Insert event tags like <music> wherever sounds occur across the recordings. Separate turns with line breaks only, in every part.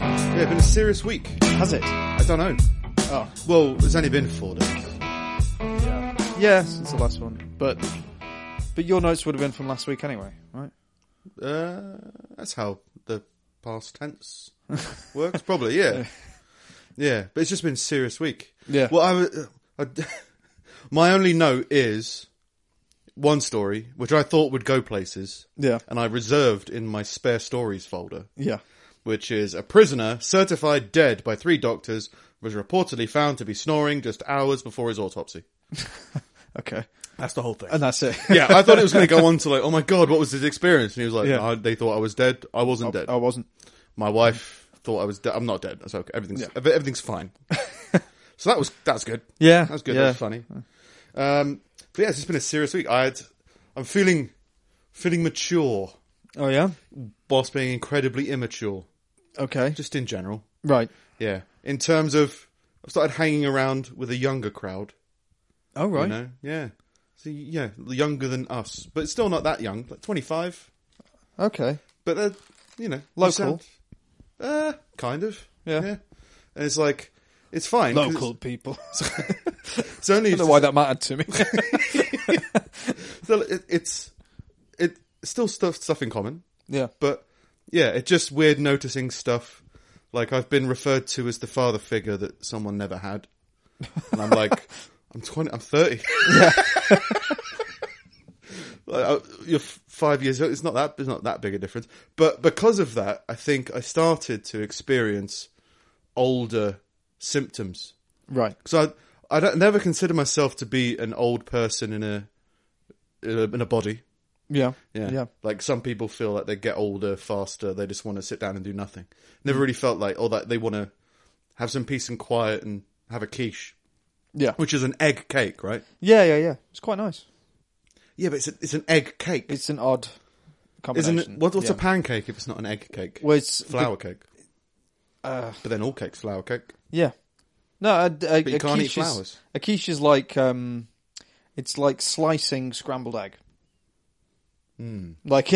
Yeah, been a serious week.
Has it?
I don't know.
Oh,
Well, it's only been four days.
yeah. Yeah, since the last one. But but your notes would have been from last week anyway, right?
Uh, that's how the past <laughs> tense works, probably. Yeah, yeah. But it's just been a serious week.
Yeah.
Well, I, was- I <laughs> my only note is one story which I thought would go places,
Yeah.
and I reserved in my spare stories folder,
Yeah.
which is a prisoner certified dead by three doctors was reportedly found to be snoring just hours before his autopsy.
Okay.
That's the whole thing.
And <laughs> that's it.
yeah, I thought it was going to go on to like, oh my god, what was his experience? And he was like,
Yeah. Oh.
"I- they thought I was dead. I wasn't dead.
I wasn't.
My wife thought I was dead. I'm not dead. That's okay. Everything's ev- everything's
<laughs>
fine. so that was that's good.
Yeah.
That's good.
Yeah.
That's funny. Um, but yeah, it's just been a serious week. I had, I'm feeling feeling mature
Oh yeah?
whilst being incredibly immature,
Okay.
just in general.
Right.
Yeah, in terms of, I've started hanging around with a younger crowd.
Oh right.
You know, yeah. So yeah, younger than us, but still not that young. Like 25.
Okay.
but they're you know
Local.
you sound- uh, kind of.
Yeah.
and it's like it's fine. 'cause
Local people. <laughs> I
It's, it's only
don't know why that mattered <laughs> to me.
still- it, it's it still stuff stuff in common,
yeah.
but yeah, it's just weird noticing stuff. Like I've been referred to as the father figure that someone never had, and I'm like, I'm twenty, I'm thirty. <laughs> Like, uh, you're f- five years old. It's not that. It's not that big a difference. But because of that, I think I started to experience older symptoms.
Right.
Because I, I don't, never consider myself to be an old person in a in a, in a body.
Yeah.
Yeah.
Yeah.
Like some people feel like they get older faster. They just want to sit down and do nothing. Never really felt like, oh, that they want to have some peace and quiet and have a quiche,
Yeah.
which is an egg cake, right?
Yeah, yeah, yeah. It's quite nice.
Yeah, but it's, a, it's an egg cake.
It's an odd combination.
Isn't it? What, what's
yeah.
a pancake if it's not an egg cake?
well, it's
flour cake.
Uh,
But then all cakes flour cake.
Yeah. No, a, a,
But you
a
can't eat
quiche is-
flowers.
A quiche is like um, it's like slicing scrambled egg.
Hmm.
Like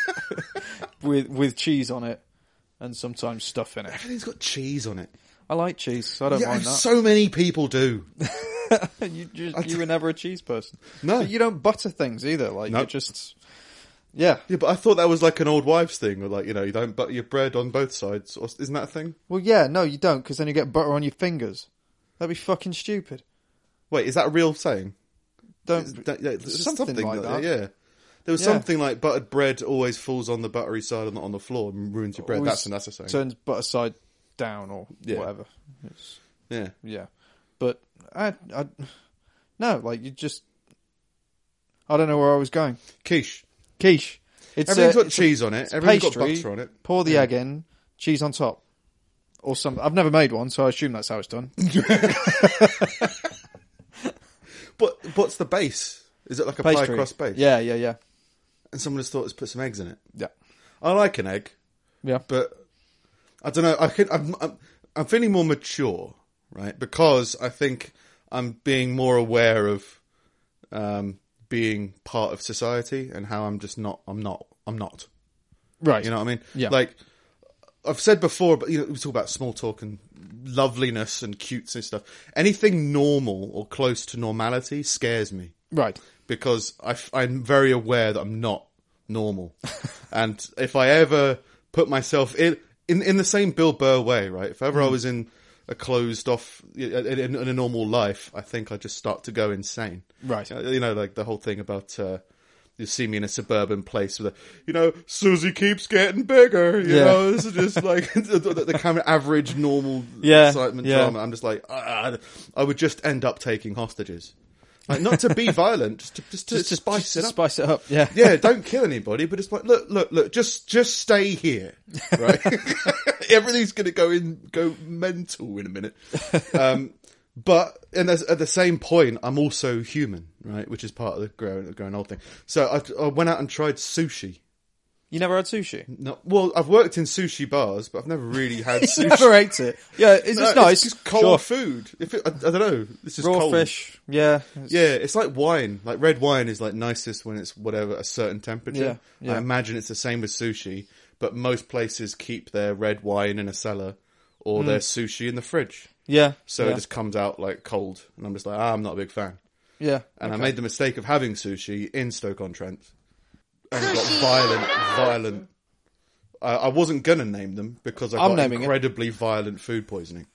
<laughs> with with cheese on it, and sometimes stuff in it.
Everything's got cheese on it.
I like cheese. So I don't
Yeah,
mind that.
so many people do.
<laughs> you just, you were never a cheese person.
No.
But you don't butter things either. Like
Nope.
you just yeah.
Yeah, but I thought that was like an old wives thing, where like you know you don't butter your bread on both sides, or isn't that a thing?
Well, yeah. No, you don't, because then you get butter on your fingers. That'd be fucking stupid.
Wait, is that a real saying? Is
Don't.
that- yeah, there's
something like that.
Yeah, there was
Yeah.
something like buttered bread always falls on the buttery side on the, on the floor and ruins your bread. that's
always
that's a saying.
Turns butter side down or
Yeah.
whatever. It's-
yeah,
Yeah, but I, I, no, like you just, I don't know where I was going.
quiche.
Quiche. It's
Everything's
a,
got
it's a
cheese on it. Everything's got
pastry.
butter on it.
Pour the egg in, cheese on top, or some. I've never made one, so I assume that's how
<laughs>
it's done.
But what's the base? Is it like a pie
Pastry.
crust base?
Yeah, yeah, yeah,
And someone just thought, let's put some eggs in it.
yeah,
I like an egg.
yeah.
but I don't know. I can, I'm, I'm I'm feeling more mature, right? Because I think I'm being more aware of um, being part of society and how I'm just not. I'm not. I'm not.
Right.
You know what I mean?
Yeah.
Like I've said before, but you know, we talk about small talk and loveliness and cutes and stuff. Anything normal or close to normality scares me
Right.
because I, am very aware that I'm not
<laughs>
normal, and if I ever put myself in in, in the same Bill Burr way, right? If
Mm.
ever I was in a closed off in, in a normal life, I think I would just start to go insane, Uh,
Right.
You know, like the whole thing about. Uh, you see me in a suburban place with a, you know, Susie keeps getting bigger. You
Yeah.
know, this is just
<laughs>
like <laughs> the, the, the kind of average, normal
Yeah,
excitement
yeah.
drama. I'm just like, ah, I would just end up taking hostages. Like, not to <laughs> be violent, just to, just to spice it up.
Spice it up. Yeah.
yeah, don't kill anybody, but it's like, look, look, look, just, just stay here, <laughs> right? Everything's gonna go in, go mental in a minute. Um, but, and as, at the same point, I'm also human, right? Which is part of the growing, growing old thing. So I, I went out and tried sushi.
You never had
<laughs>
sushi.
No, well, I've worked in sushi bars, but I've <laughs> never really had sushi.
Never ate it. Yeah. Is
No,
this nice?
Uh, It's just cold
Sure.
food. If it, I, I don't know. This is
raw
cold.
fish. Yeah.
Yeah, it's like wine. Like red wine is like nicest when it's whatever a certain temperature.
Yeah, yeah.
I imagine it's the same with sushi, but most places keep their red wine in a cellar or their sushi in the fridge.
Yeah.
So
Hmm. yeah.
it just comes out like cold, and I'm just like, ah, I'm not a big fan.
yeah.
And I made the mistake of having sushi in Stoke on Trent, and it got violent, violent. I, I wasn't gonna name them because I
I'm
got
naming it.
incredibly violent food poisoning.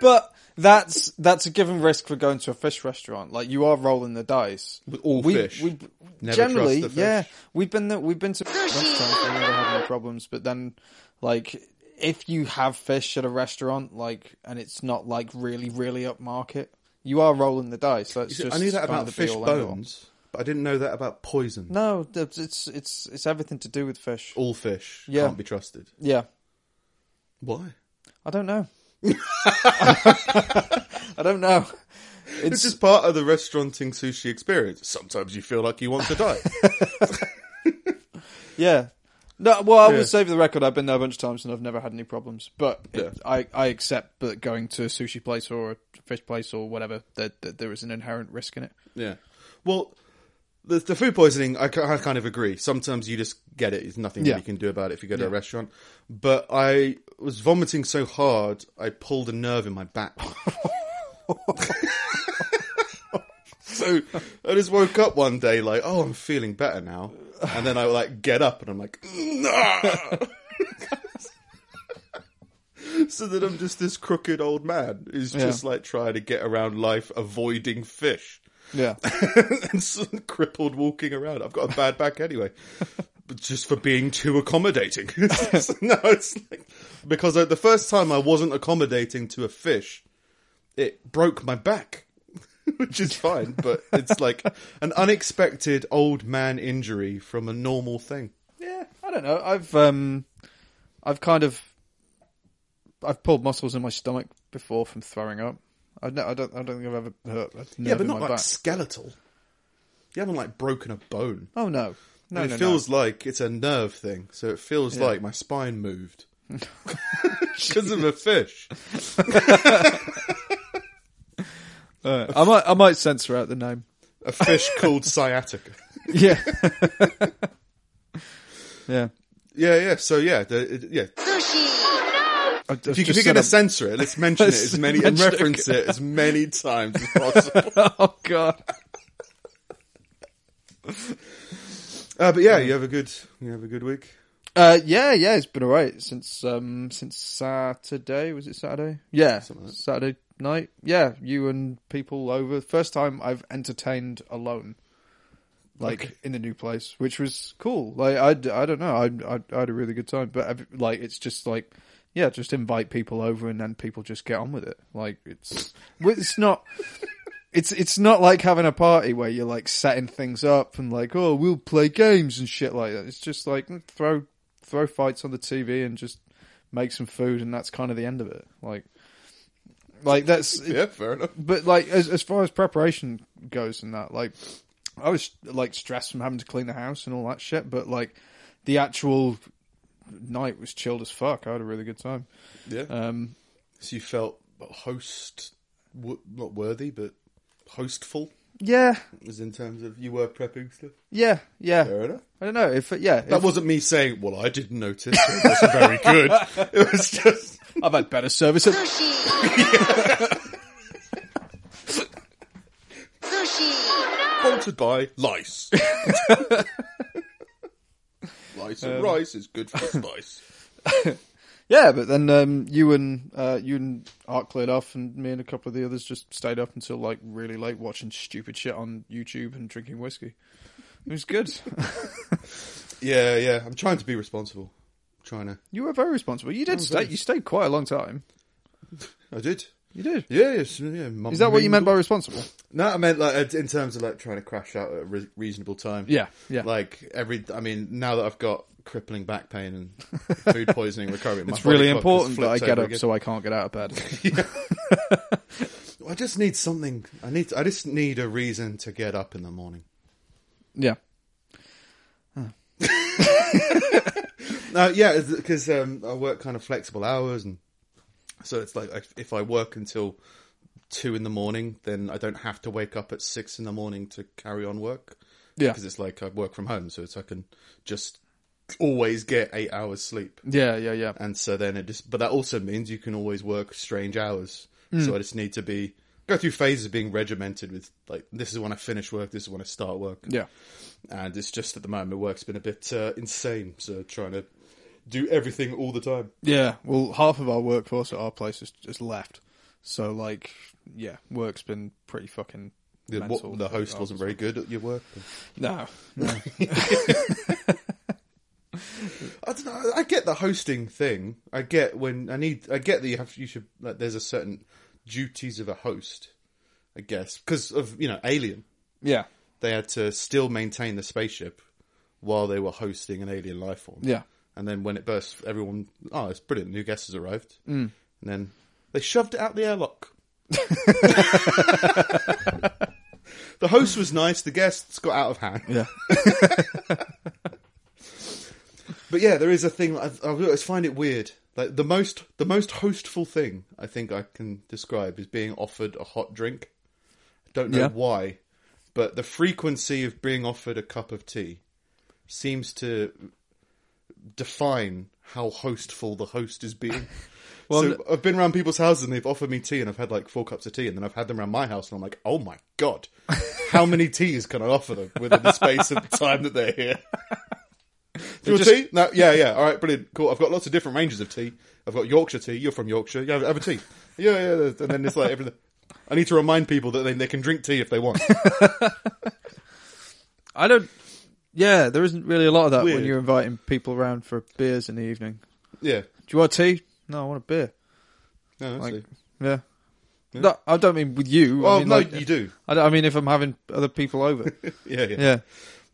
but that's that's a given risk for going to a fish restaurant. Like you are rolling the dice.
With all
we,
fish.
We,
Never
generally,
trust the
yeah,
fish.
we've been there, we've been to restaurants. We never had any problems. But then, like, if you have fish at a restaurant, like, and it's not like really really upmarket, you are rolling the dice. That's
See,
just
I knew that
kind
about
of the
fish
be-all, end-all.
bones, but I didn't know that about poison.
No, it's it's- it's it's everything to do with fish.
All fish
Yeah.
can't be trusted.
Yeah,
Why?
I
<laughs>
don't know. <laughs> I don't know.
It's just part of the restauranting sushi experience. Sometimes you feel like you
<laughs>
want to die.
Yeah. No, well, I
Yeah.
would say for the record, I've been there a bunch of times and I've never had any problems. But it-
Yeah.
I, I accept that going to a sushi place or a fish place or whatever, that, that there is an inherent risk in it.
yeah. Well, the, the food poisoning, I, ki- I kind of agree. Sometimes you just get it. There's nothing
Yeah.
you can do about it if you go to a restaurant. But I was vomiting so hard, I pulled a nerve in my back. <laughs> so I just woke up one day like, oh, I'm feeling better now. And then I like get up and I'm like, nah. <laughs> so that I'm just this crooked old man who's just like trying to get around life avoiding fish
Yeah.
<laughs> and some crippled walking around. I've got a bad back <laughs> anyway, but just for being too accommodating. <laughs> So, no, it's like, because uh, the first time I wasn't accommodating to a fish, it broke my back, <laughs> which is fine, but it's like an unexpected old man injury from a normal thing.
<laughs> yeah. I don't know. I've, um, I've kind of, I've pulled muscles in my stomach before from throwing up. I don't, I don't, I don't think I've ever hurt. A nerve
Yeah, but
in
not
my
like
back.
skeletal. You haven't like broken a bone.
Oh no. No,
and
no,
it feels like it's a nerve thing, so it feels like my spine <laughs> moved because of a fish.
no. Uh, I might, I might censor out
<laughs>
the name.
a fish called sciatica.
Yeah.
<laughs>
yeah.
Yeah, yeah. So yeah, the, it- yeah.
I,
If, you, if you're going to censor it, <laughs> let's mention it
Let's
as many and
mention it
reference it as many times as <laughs> possible.
oh god.
uh, but yeah, you have a good, you have a good week.
Uh, yeah, yeah, it's been alright since um since Saturday. Was it Saturday? Yeah, Saturday night. Yeah, you and people over. First time I've entertained alone, like
Okay.
in a new place, which was cool. Like I, d- I don't know, I, I I had a really good time, but I've- like it's just like yeah, just invite people over and then people just get on with it. Like it's well, it's not. It's it's not like having a party where you're like setting things up and like oh we'll play games and shit like that. It's just like mm, throw throw fights on the TV and just make some food and that's kind of the end of it. Like like <laughs> that's
Yeah, fair enough.
but like as as far as preparation goes and that like I was like stressed from having to clean the house and all that shit, but like the actual night was chilled as fuck. I had a really good time.
Yeah.
Um
Uh, so you felt host, w- not worthy, but hostful,
yeah,
as in terms of you were prepping stuff.
yeah, yeah.
Fair enough.
I don't know if yeah,
That
if-
wasn't me saying, "Well, I didn't notice." It was very good. <laughs> It was just.
I've had better service at
Haunted by lice. <laughs> lice and rice is <laughs> good for spice.
Yeah, but then um, you and uh, you and Art cleared off, and me and a couple of the others just stayed up until like really late, watching stupid shit on YouTube and drinking whiskey. It was good. <laughs>
Yeah, yeah. I'm trying to be responsible. I'm trying to.
you were very responsible. You did stay.
very-
You stayed quite a long time.
I did.
You did.
Yeah, yes, yeah. mum-
Is that what you meant by responsible?
No, I meant like in terms of like trying to crash out at a re- reasonable time.
Yeah, yeah.
Like every, I mean, now that I've got crippling back pain
<laughs>
and food poisoning recovering, my
It's really
body clock has
important that I
flipped
get
over
up
again.
so I can't get out of bed. <laughs>
I just need something. I need. I just need a reason to get up in the morning.
yeah.
No, Uh, yeah, because um, I work kind of flexible hours, and so it's like if- if I work until two in the morning, then I don't have to wake up at six in the morning to carry on work.
Yeah.
because it's like I work from home, so it's I can just always get eight hours sleep.
Yeah, yeah, yeah.
And so then it just, but that also means you can always work strange hours.
Hmm.
So I just need to be, go through phases of being regimented with like, this is when I finish work, this is when I start work.
Yeah.
And it's just at the moment work's been a bit uh, insane. So trying to do everything all the time.
Yeah. Well, half of our workforce at our place has just left. So, like, yeah, work's been pretty fucking.
The, what-
mental.
the host wasn't very good at your work.
No.
I don't know. I get the hosting thing. I get when I need. I get that you have. You should. Like, there's a certain duties of a host. I guess because of you know Alien,
<laughs> Yeah.
they had to still maintain the spaceship while they were hosting an alien life form.
Yeah.
And then when it burst, everyone, oh, it's brilliant. New guest has arrived. Mm. And then they shoved it out the
<laughs>
airlock. the host was nice. The guests got out of hand.
Yeah.
But yeah, there is a thing. I, I always find it weird. Like the most, the most hostful thing I think I can describe is being offered a hot drink. I don't know
Yeah.
why, but the frequency of being offered a cup of tea seems to define how hostful the host is being.
<laughs> Well,
so I've been around people's houses and they've offered me tea, and I've had like four cups of tea, and then I've had them around my house, and I'm like, oh my god, how many teas can I offer them within the space of the time that they're
<laughs>
here? Do you want
just-
tea? No, yeah, yeah. All right, brilliant, cool. I've got lots of different ranges of tea. I've got Yorkshire tea. You're from Yorkshire. You have, have a tea. Yeah, yeah. And then it's like everything. I need to remind people that they, they can drink tea if they
<laughs>
want.
I don't. Yeah, there isn't really a lot of that
Weird.
when you're inviting people around for beers in the evening.
Yeah.
Do you want tea? No, I want a beer.
No,
Like,
honestly.
yeah. No, I don't mean with you.
well,
I mean,
no,
like,
you do.
I, don't- I mean if I'm having other
<laughs>
people over.
Yeah, yeah.
yeah.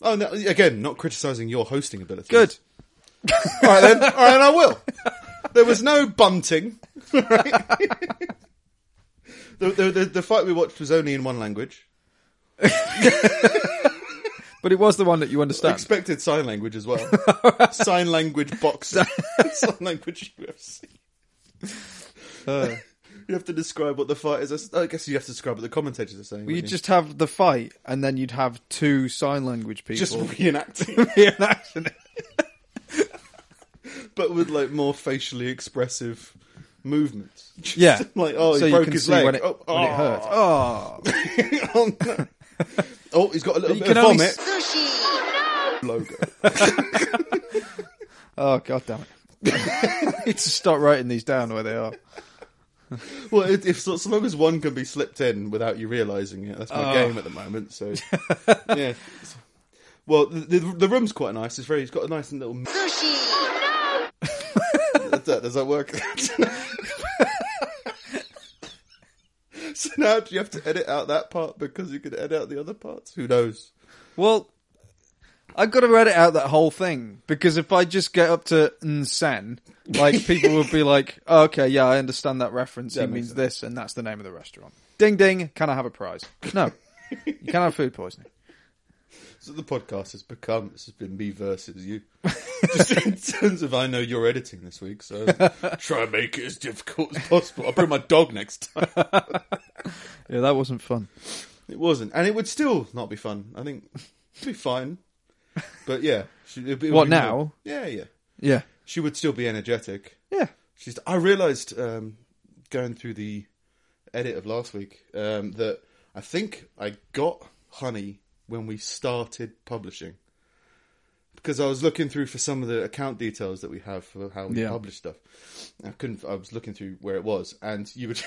Oh, no, again, not criticizing your hosting ability.
Good.
All right then. All right, and I will. There was no bunting. <laughs> the, the, the, the fight we watched was only in one language.
But it was the one that you understand.
Expected sign language as
<laughs>
well. sign language boxing. <laughs> sign language UFC.
Uh,
You have to describe what the fight is. I s- I guess you have to describe what the commentators are saying.
well,
wouldn't
you'd just have the fight, and then you'd have two sign language people.
just <laughs> reenacting,
reenacting it.
but with like more facially expressive movements. Just
<laughs> Yeah.
<laughs> like oh, he
so you
broke
can
his
see
leg.
when it,
oh,
when it hurt. Oh,
hurt. <laughs> oh,
<laughs>
no. oh, he's got a little
You
bit
can
of
only
vomit.
s-
<laughs> logo.
oh, god damn it! <laughs> I need to stop writing these down where they are.
Well, if, if so, so long as one can be slipped in without you realizing it, that's my
Oh.
game at the moment.
<laughs>
So, yeah. Well, the, the the room's quite nice. It's very. It's got a nice little. Does that, does that work? <laughs> so now do you have to edit out that part because you can edit out the other parts? Who knows?
Well, I've got to edit out that whole thing because if I just get up to Nsan, like <laughs> people would be like, oh, "Okay, yeah, I understand that reference. he
makes
means this, and that's the name of the restaurant." Ding ding! Can I have a prize? No, you can have food poisoning.
So the podcast has become this has been me versus <laughs> you. Just in terms of I know you're editing this week, <laughs> so try and make it as difficult as possible. I'll bring my dog next time.
Yeah, that wasn't fun.
It wasn't, and it would still not be fun. I think it'd be fine, but yeah. She, it'd be- it'd
What,
be
now?
more- yeah, yeah.
Yeah,
She would still be energetic.
yeah.
She's. I realised um, going through the edit of last week um, that I think I got honey when we started publishing because I was looking through for some of the account details that we have for how we
Yeah.
publish stuff. I couldn't. I was looking through where it was, and you would.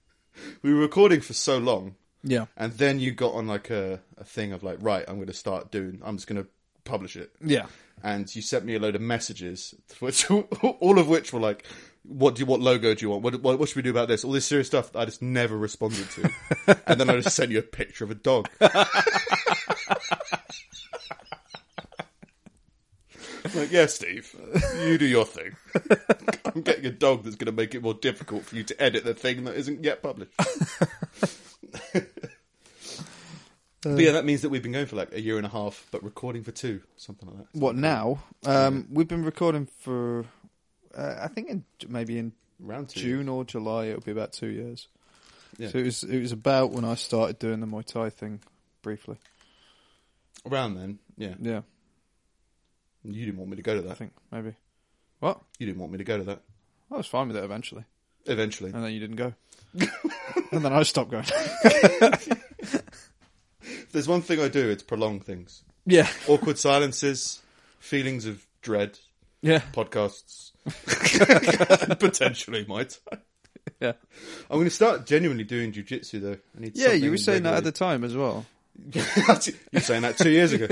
<laughs> we were recording for so long,
Yeah,
and then you got on like a, a thing of like, right, I'm going to start doing. I'm just going to publish it
yeah,
and you sent me a load of messages, <laughs> which all of which were like, "What do you? What logo do you want? What, what, what should we do about this? All this serious stuff." That I just never responded <laughs> to, and then I just sent you a picture of a dog. <laughs> like, yeah, Steve, you do your thing. I'm getting a dog that's going to make it more difficult for you to edit the thing that isn't yet published. <laughs> But yeah, that means that we've been going for like a year and a half, but recording for two, something like that.
What now? Um, We've been recording for, uh, I think, in, maybe in
Round two.
June or July. It'll be about two years.
Yeah.
So it was it was about when I started doing the Muay Thai thing briefly.
Around then, yeah.
Yeah.
You didn't want me to go to
I
that.
think maybe. What?
You didn't want me to go to that.
I was fine with it eventually,
Eventually,
and then you didn't go, and then I stopped going.
if there's one thing I do. It's prolong things,
yeah,
awkward silences, feelings of dread,
yeah,
podcasts, <laughs> potentially my time.
yeah,
I'm going to start genuinely doing jujitsu though. I need
yeah. You
something
were saying that at the
regularly.
time as well.
<laughs> you were saying that two years
<laughs>
ago.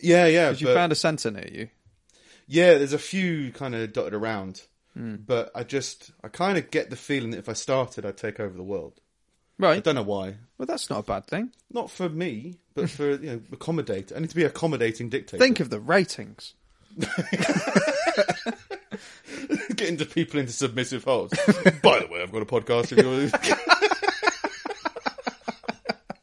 yeah, yeah.
Because you
but-
found a centre near you.
Yeah, there's a few kind of dotted around,
Hmm.
but I just I kind of get the feeling that if I started, I'd take over the world. I
Right.
don't know why.
Well, that's not a bad thing.
Not for me, but for you know, accommodate. I need to be accommodating dictator.
Think of the ratings.
<laughs> Getting to people into submissive holes. <laughs> By the way, I've got a podcast. If you <laughs>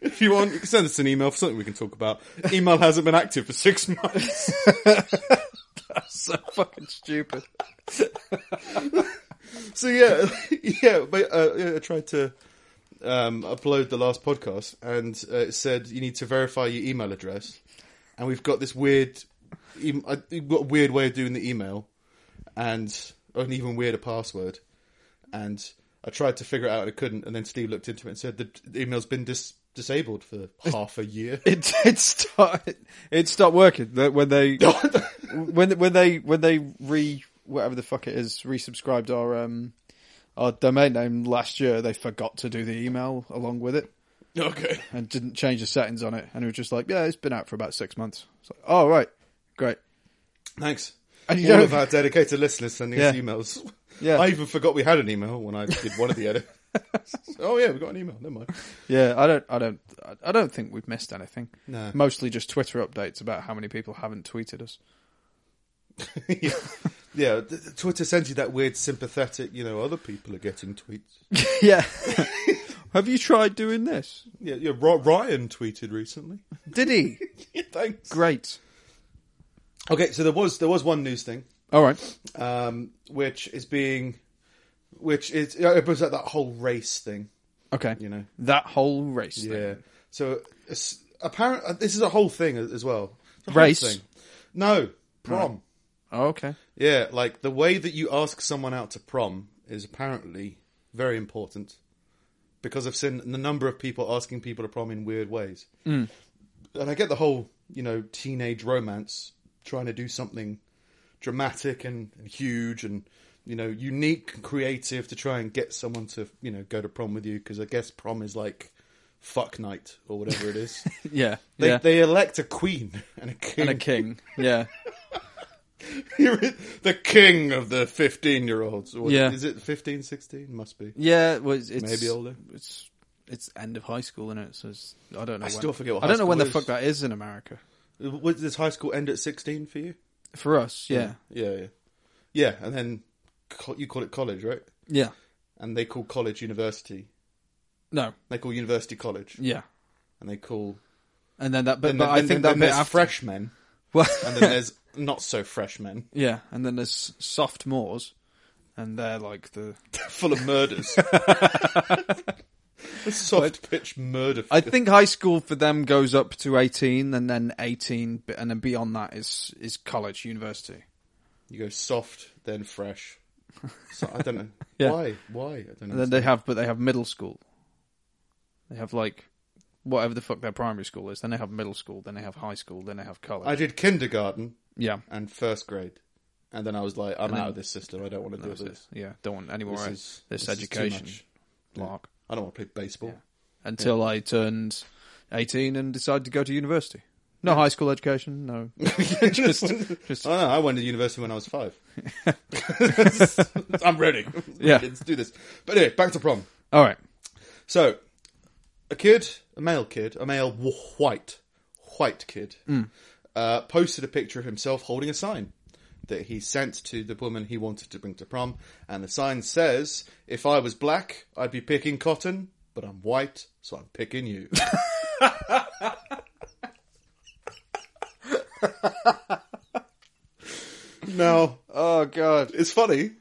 if you want, you can send us an email for something we can talk about. Email hasn't been active for six months.
So fucking stupid.
So yeah, <laughs> yeah. But, uh, yeah, I tried to um, upload the last podcast, and uh, it said you need to verify your email address, and we've got this weird, em- I- we've got a weird way of doing the email, and an even weirder password, and I tried to figure it out and I couldn't, and then Steve looked into it and said the the email's been dis- disabled for half a year.
It it started. It stopped working The- when they when when they when they re whatever the fuck it is resubscribed our um our domain name last year. They forgot to do the email along with it
okay.
and didn't change the settings on it. And it was just like, yeah, it's been out for about six months. It's like, oh right, great.
Thanks.
And you
All
don't-
of our dedicated listeners sending us
Yeah.
emails.
Yeah.
I even forgot we had an email when I did one of the <laughs> edits. oh yeah, we got an email. Never mind.
Yeah, I don't, I don't, I don't think we've missed anything.
No.
Mostly just Twitter updates about how many people haven't tweeted
<laughs>
us.
yeah. yeah, th- th- Twitter sends you that weird sympathetic. You know, other people are getting tweets.
yeah. <laughs> Have you tried doing this?
<laughs> Yeah, yeah. Ry- Ryan tweeted recently.
Did he?
<laughs> Yeah, thanks.
Great.
Okay, so there was there was one news thing,
All right.
um, which is being, which is it was like that whole race thing.
Okay.
You know.
that whole race.
Yeah.
Thing.
So it's, apparent uh, this is a whole thing as as well. It's a whole
Race?
thing. No prom.
Oh, okay.
Yeah, like the way that you ask someone out to prom is apparently very important because I've seen the number of people asking people to prom in weird ways.
Mm.
And I get the whole, you know, teenage romance trying to do something dramatic and, and huge and, you know, unique and creative to try and get someone to, you know, go to prom with you because I guess prom is like fuck night or whatever it
<laughs>
is.
Yeah.
They,
yeah.
they elect a queen <laughs> and a king.
and a king. Yeah.
<laughs> the king of the 15 year olds.
Yeah.
Is it 15, 16? Must be.
Yeah. Well, it's, it's-
Maybe older.
It's it's end of high school, isn't it? So it's, I don't know.
I
when-
still forget what
I
high
don't know when the
school
fuck that is in America.
Was, does high school end at 16 for you?
For us, yeah,
Yeah, yeah. Yeah, and then co- you call it college, right?
yeah.
And they call college university.
No,
They call university college.
yeah.
And they call.
And then that, but,
and
but
then,
I
then- then
think that bit
there's
after,
freshmen,
Well, <laughs>
and then there's not so freshmen, <laughs>
yeah, and then there's sophomores, and they're like the.
full of
<laughs>
murders. <laughs> Soft pitch murder.
I think high school for them goes up to eighteen, and then eighteen, b- and then beyond that is is college, university.
you go soft, then fresh. So, I don't know
<laughs> Yeah.
why. Why I don't know.
And then they have, but they have middle school. They have like whatever the fuck their primary school is. Then they have middle school. Then they have high school. Then they have college.
I did kindergarten
yeah,
and first grade, and then I was like, I'm
then-
out of this system. I don't want to do
that's
this.
it. Yeah, don't want any more
This
this,
is-
this,
this is too
education
much.
lark
I don't want to play baseball.
until I turned eighteen and decided to go to university. No high school education.
<laughs>
No, just just
I know. I went to university when I was five. <laughs> I'm ready.
Yeah.
let's do this. But anyway, back to prom.
all right.
So, a kid, a male kid, a male wh- white, white kid, uh, posted a picture of himself holding a sign that he sent to the woman he wanted to bring to prom, and the sign says, "If I was black, I'd be picking cotton, but I'm white, so I'm picking you." <laughs> now,
Oh god.
it's funny.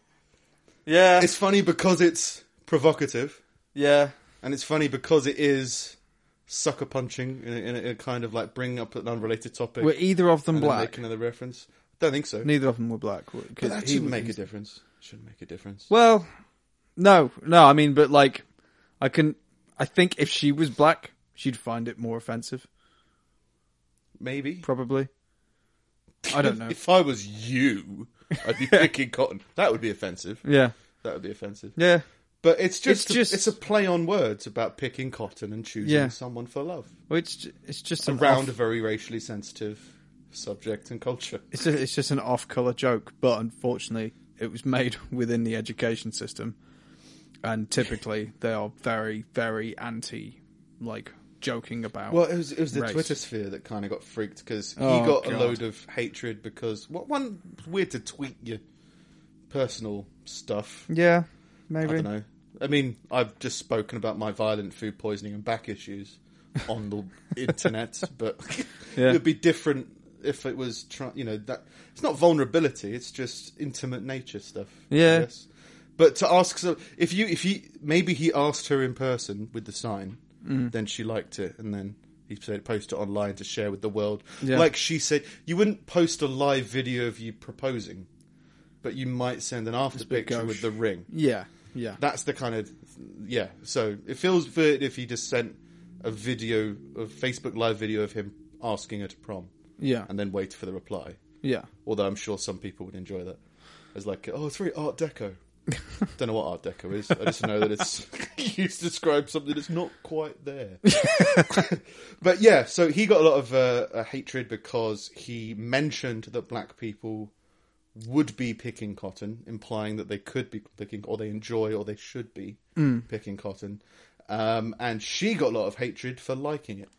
Yeah.
It's funny because it's provocative.
yeah.
And it's funny because it is sucker punching in a, in a, in a kind of like bringing up an unrelated topic
Were either of them
and then
black?
make another reference. Don't think so.
Neither of them were black. w- 'cause
but that
he
shouldn't
was-
make a difference. Shouldn't make a difference.
Well, no, no. I mean, but like, I can. I think if she was black, she'd find it more offensive.
Maybe.
Probably. I
<laughs>
don't know.
If I was you, I'd
<laughs>
be picking cotton. That would be offensive.
Yeah,
That would be offensive.
yeah.
But it's just
It's just-
it's a play on words about picking cotton and choosing
Yeah.
someone for love
Well, it's ju- it's just an
around a
Off,
very racially sensitive subject and culture.
it's just, it's just an off-color joke, but unfortunately, it was made <laughs> within the education system, and typically they are very, very anti, like joking about.
Well, it was it was the
Race.
Twitter sphere that kind of got freaked because
Oh,
he got
God.
a load of hatred because what one it's weird to tweet your personal stuff.
yeah,
I
maybe.
don't know. I mean, I've just spoken about my violent food poisoning and back issues on
<laughs>
the internet, but
Yeah.
it'd be different if it was try- you know that it's not vulnerability, it's just intimate nature stuff. I
Yeah.
guess. But to ask so if you if you maybe he asked her in person with the sign,
Mm.
then she liked it and then he said post it online to share with the world.
Yeah.
Like she said, you wouldn't post a live video of you proposing, but you might send an after picture
gauche.
with the ring.
Yeah, yeah.
That's the kind of yeah. So it feels weird if he just sent a video, a Facebook live video of him asking her to prom,
Yeah.
and then waited for the reply.
Yeah.
Although I'm sure some people would enjoy that. It's like, oh, it's very Art Deco. Don't know what Art Deco is. I just know that it's <laughs> you describe something that's not quite there. <laughs> but yeah, so he got a lot of uh, uh, hatred because he mentioned that black people would be picking cotton, implying that they could be picking, or they enjoy, or they should be picking cotton. Um, and she got a lot of hatred for liking it.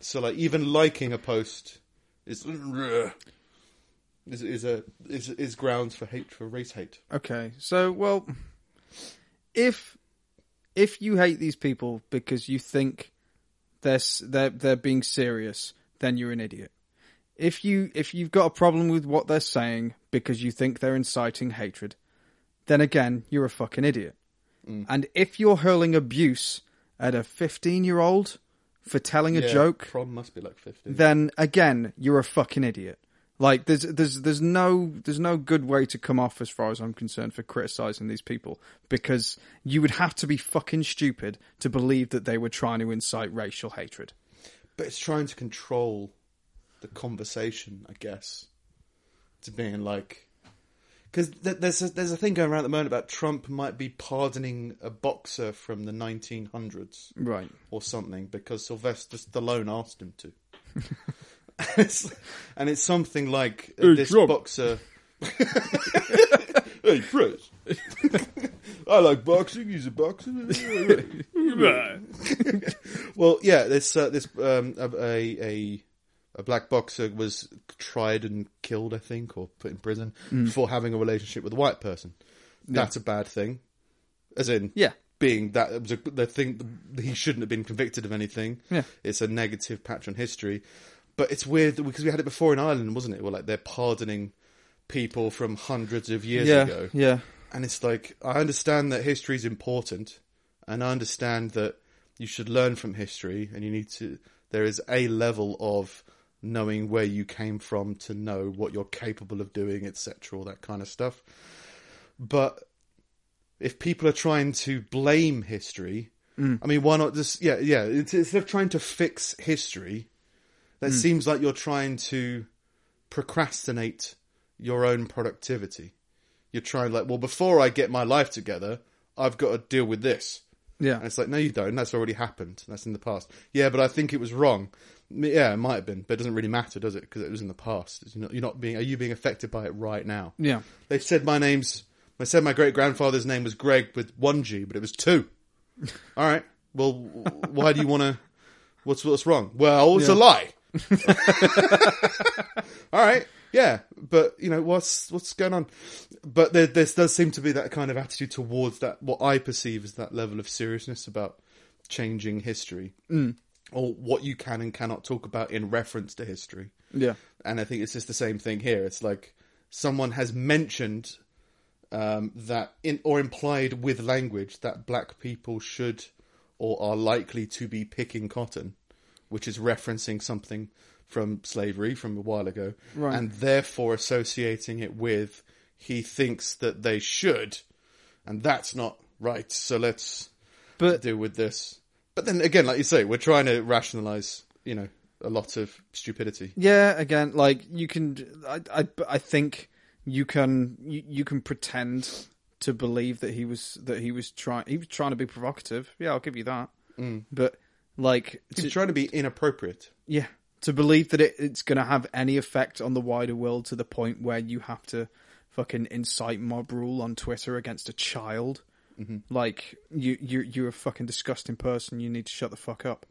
So, like, even liking a post is is is a is is grounds for hate for race hate.
Okay. So, well, if if you hate these people because you think they're s- they're they're being serious, then you're an idiot. If you if you've got a problem with what they're saying because you think they're inciting hatred, then again, you're a fucking idiot. And if you're hurling abuse at a 15-year-old for telling a
Yeah,
joke,
Prom must be like fifty.
then again, you're a fucking idiot. Like there's there's there's no there's no good way to come off as far as I'm concerned for criticizing these people because you would have to be fucking stupid to believe that they were trying to incite racial hatred.
but it's trying to control the conversation, I guess, to being like because th- there's a, there's a thing going around at the moment about Trump might be pardoning a boxer from the 1900s
Right.
or something because Sylvester Stallone asked him <laughs> to. it's, and it's something like uh,
Hey,
this
Trump.
boxer. <laughs> hey, <laughs> Chris. I like boxing. He's a <laughs> boxer. Well, yeah, this uh, this um, a, a a- a black boxer was tried and killed, I think, or put in prison
Mm.
for having a relationship with a white person. That's a bad thing, as in
Yeah.
being that it was a, the thing he shouldn't have been convicted of anything.
Yeah.
it's a negative patch on history. But it's weird that- because we had it before in Ireland, wasn't it? Where like they're pardoning people from hundreds of years
Yeah.
ago.
Yeah.
And it's like, I understand that history is important, and I understand that you should learn from history, and you need to. There is a level of knowing where you came from to know what you're capable of doing, etc., all that kind of stuff. But if people are trying to blame history, I mean, why not just, yeah, yeah, it's- instead of trying to fix history, that seems like you're trying to procrastinate your own productivity. You're trying like, well, before I get my life together, I've got to deal with this.
Yeah.
And it's like, no, you don't. That's already happened. That's in the past. Yeah, but I think it was wrong. M- Yeah, it might have been, but it doesn't really matter, does it? Because it was in the past. It's not- You're not being. Are you being affected by it right now?
Yeah.
They said my name's. They said my great grandfather's name was Greg with one G, but it was two. All right. Well, w- why do you want to? What's what's wrong? Well, it's a lie. All right. Yeah, but you know what's what's going on. But there, there does seem to be that kind of attitude towards that what I perceive as that level of seriousness about changing history or what you can and cannot talk about in reference to history.
Yeah.
And I think it's just the same thing here. It's like someone has mentioned um, that, in, or implied with language, that black people should or are likely to be picking cotton, which is referencing something from slavery from a while ago,
Right.
and therefore associating it with he thinks that they should, and that's not right. So let's
But-
deal with this. But then again, like you say, we're trying to rationalize, you know, a lot of stupidity.
Yeah, again, like you can, I, I, I think you can, you, you can pretend to believe that he was that he was trying, he was trying to be provocative. Yeah, I'll give you that. But like, to,
He's trying to be inappropriate.
yeah, to believe that it, it's going to have any effect on the wider world to the point where you have to fucking incite mob rule on Twitter against a child, Mm-hmm. like you, you, you're a fucking disgusting person. You need to shut the fuck up.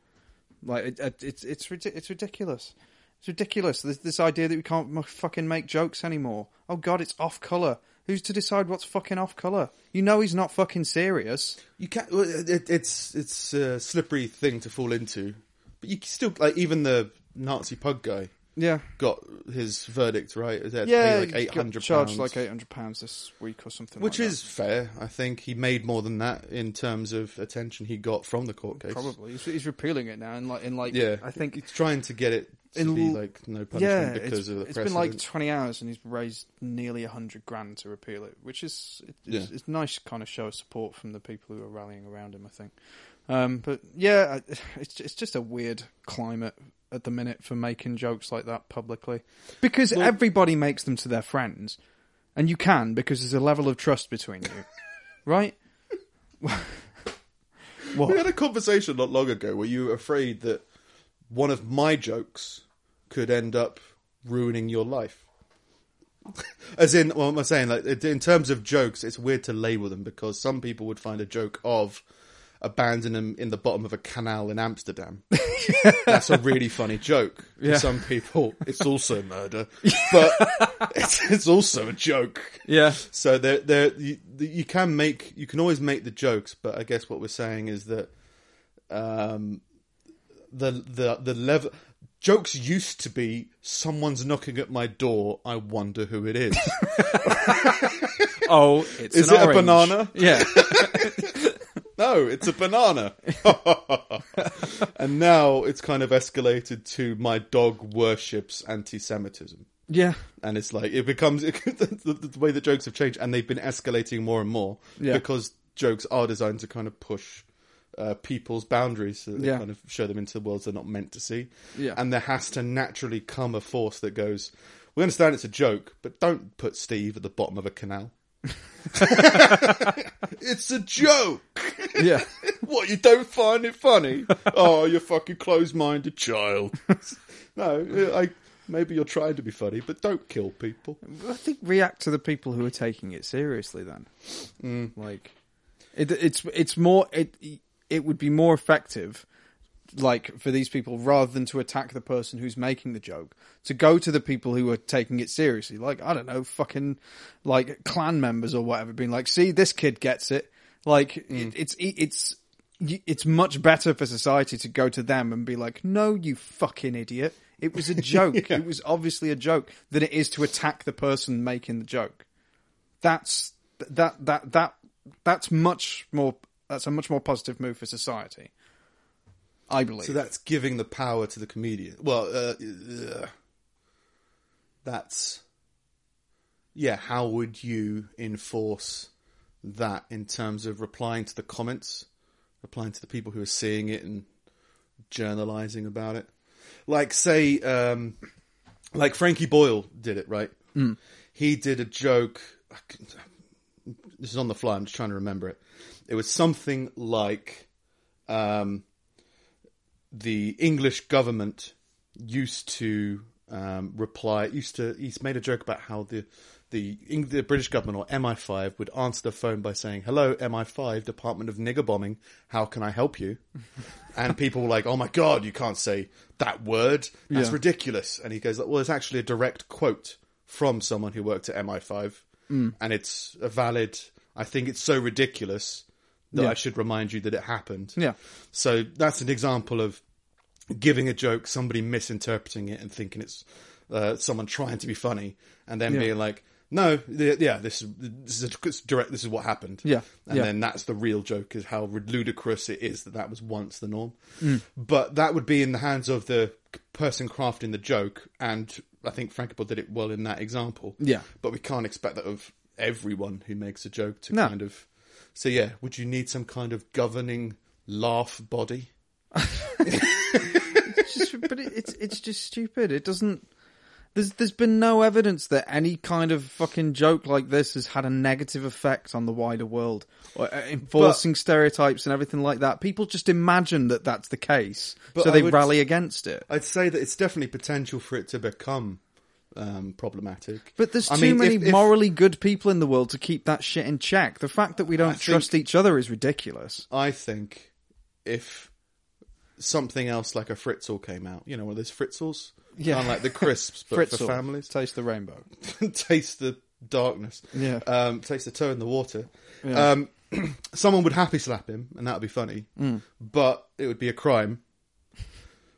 Like it, it, it's it's ridic- it's ridiculous. It's ridiculous. This, this idea that we can't mu- fucking make jokes anymore. Oh god, it's off color. Who's to decide what's fucking off color? You know he's not fucking serious.
You can't. well, It, it's it's a slippery thing to fall into, but you can still like even the Nazi pug guy
Yeah.
got his verdict right. They had to
Yeah,
pay, like
he
eight
got
hundred
charged
pounds,
like eight hundred pounds this week or something.
which
like that.
is fair. I think he made more than that in terms of attention he got from the court case.
Probably he's, he's repealing it now, and like in like
Yeah,
I think
he's trying to get it to
In
be
l-
like no
yeah,
punishment
it's,
because of the
it's
precedent.
been like twenty hours, and he's raised nearly a hundred grand to repeal it, which is it's, it's,
Yeah.
it's nice kind of show of support from the people who are rallying around him. I think, um, but yeah, I- <sighs> it's it's just a weird climate at the minute for making jokes like that publicly because everybody makes them to their friends, and you can because there's a level of trust between you,
<laughs>
right? what?
we had a conversation not long ago where you were afraid that one of my jokes could end up ruining your
<laughs>
life. As in, what am I saying? Like, it- in terms of jokes, it's weird to label them because some people would find a joke of abandoning in the bottom of a canal in
<laughs>
Amsterdam. That's a really funny joke.
Yeah.
For some people, it's also
<laughs>
murder, but it's, it's also a joke.
Yeah.
So there, there, you, you can make, you can always make the jokes, but I guess what we're saying is that um, the the the level jokes used to be someone's knocking at my door. I wonder who it is.
Oh, it's
Is
an
it a
orange.
banana? <laughs>
Yeah.
no, it's a banana. <laughs> and now it's kind of escalated to my dog worships anti-Semitism.
Yeah.
and it's like it becomes <laughs> the, the, the way the jokes have changed, and they've been escalating more and more
Yeah.
because jokes are designed to kind of push uh, people's boundaries, so that they
Yeah.
kind of show them into worlds they're not meant to see.
Yeah.
and there has to naturally come a force that goes, "We understand it's a joke, but don't put Steve at the bottom of a canal." <laughs> it's a joke. <laughs>
Yeah.
What you don't find it funny? <laughs> oh, you're fucking closed-minded child. <laughs> no, I maybe you're trying to be funny, but don't kill people.
I think react to the people who are taking it seriously. Then, like, it, it's it's more it it would be more effective, like for these people rather than to attack the person who's making the joke. To go to the people who are taking it seriously, like I don't know, fucking like clan members or whatever, being like, "See, this kid gets it." Like it, it's it's y- it's much better for society to go to them and be like, "No, you fucking idiot! It was a joke. It was obviously a joke." Than it is to attack the person making the joke. That's that that that that's much more. That's a much more positive move for society. I believe.
So that's giving the power to the comedian. Well, uh, ugh. that's yeah. How would you enforce that in terms of replying to the comments, replying to the people who are seeing it and journalizing about it? Like, say, um, like Frankie Boyle did it, right? He did a joke. I can- This is on the fly. I'm just trying to remember it. It was something like. Um, the English government used to um, reply. Used to he's made a joke about how the the, Eng- the British government or MI5 would answer the phone by saying, "Hello, MI5, Department of Nigger Bombing. How can I help
<laughs>
you?" and people were like, "Oh my God, you can't say that word. That's
Yeah.
ridiculous." And he goes, "Well, it's actually a direct quote from someone who worked at MI5,
Mm.
and it's a valid. I think it's so ridiculous." That
Yeah.
I should remind you that it happened.
Yeah.
So that's an example of giving a joke, somebody misinterpreting it and thinking it's uh, someone trying to be funny, and then being like, no, th- yeah, this, is- this is a- it's direct. This is what happened.
Yeah,
and
yeah.
then that's the real joke is how ludicrous it is that that was once the norm.
Mm.
But that would be in the hands of the person crafting the joke, and I think Frankenport did it well in that example.
Yeah.
but we can't expect that of everyone who makes a joke to
No.
kind of. So yeah, would you need some kind of governing laugh body?
just, but it, it's it's just stupid. It doesn't. There's there's been no evidence that any kind of fucking joke like this has had a negative effect on the wider world or uh, enforcing stereotypes and everything like that. People just imagine that that's the case,
But
so
I
they
would-
rally against it.
I'd say that it's definitely potential for it to become um, problematic.
But there's
I
too
mean,
many
if- if-
morally good people in the world to keep that shit in check. The fact that we don't
think-
trust each other is ridiculous.
I think if something else like a fritzel came out, you know, one of those fritzels,
Yeah.
kind of like the crisps, but for
Fritzl,
families,
taste the rainbow.
<laughs> taste the darkness,
Yeah.
um, taste the toe in the water. Um, <clears throat> someone would happy slap him, and that would be funny, but it would be a crime.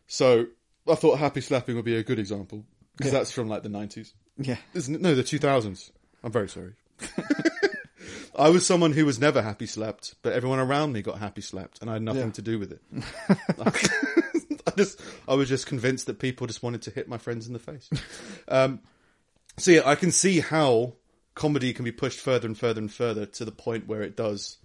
So I thought happy slapping would be a good example because that's from like the nineties.
Yeah,
Isn't it? No, the 2000s. I'm very sorry. <laughs> I was someone who was never happy slapped, but everyone around me got happy slapped, and I had nothing
Yeah.
to do
<laughs>
with it. <laughs> I just, I was just convinced that people just wanted to hit my friends in the face. Um, so yeah, I can see how comedy can be pushed further and further and further to the point where it does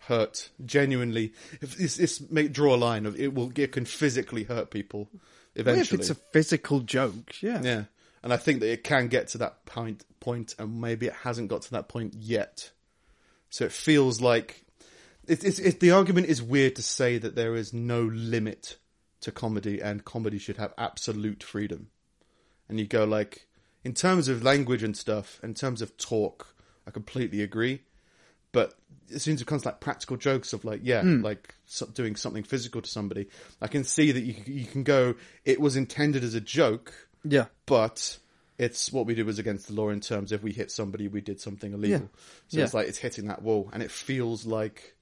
hurt genuinely. If this, this make draw a line of it will, it can physically hurt people eventually.
if it's a physical joke, yeah,
Yeah, and I think that it can get to that point, point, and maybe it hasn't got to that point yet. So it feels like it, it's it, the argument is weird to say that there is no limit to comedy, and comedy should have absolute freedom. And you go like, in terms of language and stuff, in terms of talk, I completely agree. But as soon as it comes to like practical jokes of like, yeah, like so, doing something physical to somebody, I can see that you you can go. It was intended as a joke,
yeah.
but it's what we did was against the law in terms if we hit somebody we did something illegal so
Yeah.
it's like it's hitting that wall and it feels like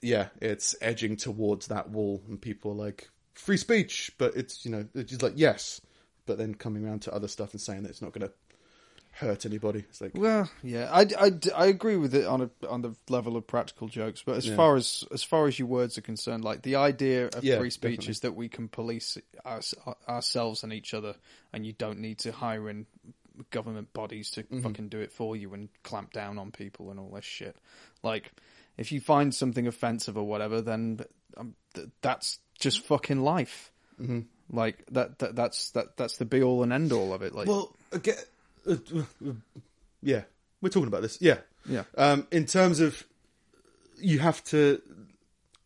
yeah it's edging towards that wall and people are like free speech but it's you know it's just like yes but then coming around to other stuff and saying that it's not going to hurt anybody it's like
Well, yeah, I, I, I agree with it on a, on the level of practical jokes, but as
Yeah.
far as as far as your words are concerned, like the idea of
Yeah,
free speech
definitely.
is that we can police our, ourselves and each other, and you don't need to hire in government bodies to
Mm-hmm.
fucking do it for you and clamp down on people and all this shit. Like, if you find something offensive or whatever, then um, th- that's just fucking life. Mm-hmm. Like that, that that's that that's the be all and end all of it. Like,
well again uh, uh, yeah we're talking about this yeah
yeah,
um, in terms of you have to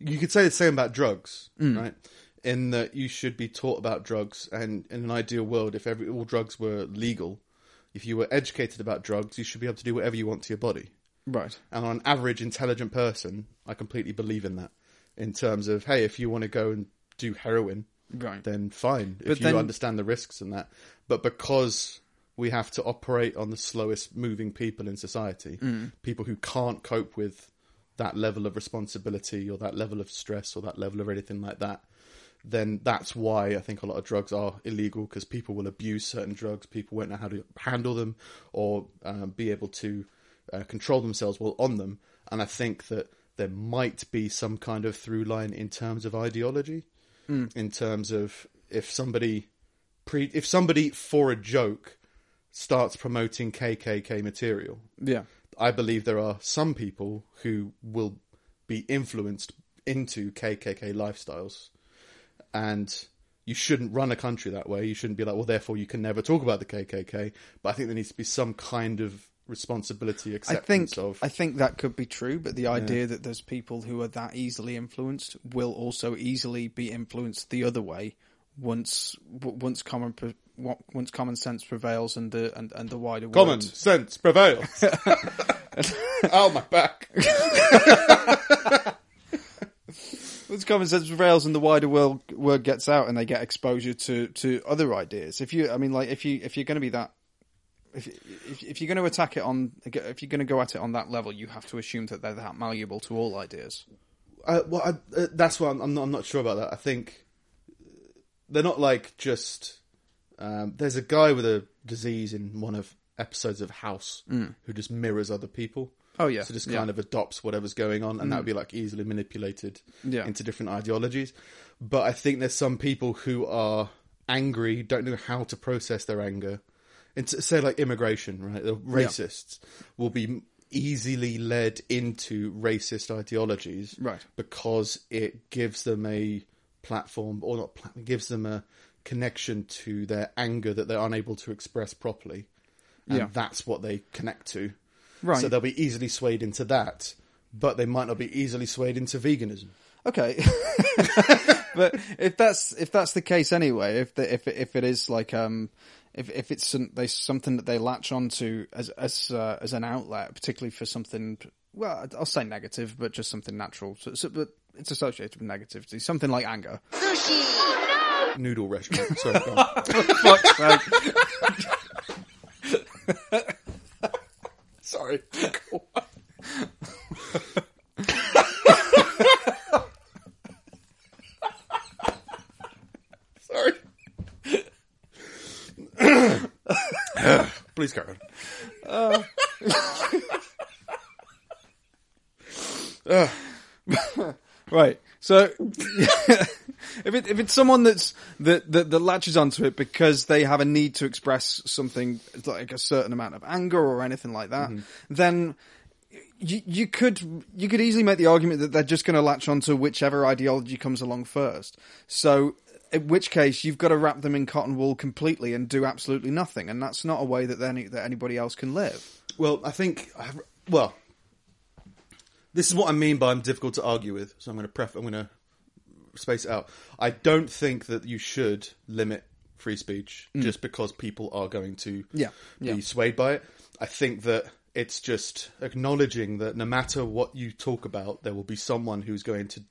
you could say the same about drugs right in that you should be taught about drugs and in an ideal world if every all drugs were legal if you were educated about drugs you should be able to do whatever you want to your body
right,
and on an average intelligent person i completely believe in that in terms of hey if you want to go and do heroin
right.
then fine if
But
you
then-
understand the risks and that. But because we have to operate on the slowest moving people in society,
Mm.
people who can't cope with that level of responsibility or that level of stress or that level of anything like that, then that's why I think a lot of drugs are illegal because people will abuse certain drugs, people won't know how to handle them or um, be able to uh, control themselves while on them. And I think that there might be some kind of through line in terms of ideology
Hmm.
in terms of if somebody pre if somebody for a joke starts promoting KKK material,
yeah,
I believe there are some people who will be influenced into KKK lifestyles, and you shouldn't run a country that way. You shouldn't be like, well, therefore you can never talk about the KKK. But I think there needs to be some kind of responsibility
I
acceptance
think
of.
I think that could be true, but the idea that there's people who are that easily influenced will also easily be influenced the other way once w- once common pre- wa- once common sense prevails and the and, and the wider
Common
world.
sense
<laughs>
prevails. oh my back.
Once common sense prevails and the wider world word gets out and they get exposure to to other ideas. If you, I mean, like if you if you're going to be that. If, if, if you're going to attack it on, if you're going to go at it on that level, you have to assume that they're that malleable to all ideas.
I, well, I, uh, that's why I'm, I'm not. I'm not sure about that. I think they're not like just. Um, there's a guy with a disease in one of episodes of House who just mirrors other people.
Mm. Oh, yeah.
So just
Yeah. Mm.
kind of adopts whatever's going on, and that would be like easily manipulated
Yeah.
into different ideologies. But I think there's some people who are angry, don't know how to process their anger. And s- say like immigration, right? The racists will be easily led into racist ideologies,
Right.
Because it gives them a platform, or not, pla- gives them a connection to their anger that they're unable to express properly, and
Yeah.
that's what they connect to.
Right.
So they'll be easily swayed into that, but they might not be easily swayed into veganism.
Okay, <laughs> but if that's if that's the case anyway, if the, if it- if it is like um, if if it's some, they, something that they latch onto as as uh, as an outlet, particularly for something, well, I'll say negative, but just something natural. So, so but it's associated with negativity, something like anger.
Noodle restaurant. Sorry, go on.
Fuck's sake.
sorry. sorry. Please carry on.
Right. So <laughs> if it, if it's someone that's that, that that latches onto it because they have a need to express something like a certain amount of anger or anything like that, then you you could you could easily make the argument that they're just going to latch onto whichever ideology comes along first. So in which case you've got to wrap them in cotton wool completely and do absolutely nothing, and that's not a way that any, that anybody else can live.
Well, I think. I have- Well, this is what I mean by I'm difficult to argue with. So I'm going to pref. I'm going to space it out. I don't think that you should limit free speech just because people are going to
Mm. Yeah,
be
yeah.
swayed by it. I think that it's just acknowledging that no matter what you talk about, there will be someone who's going to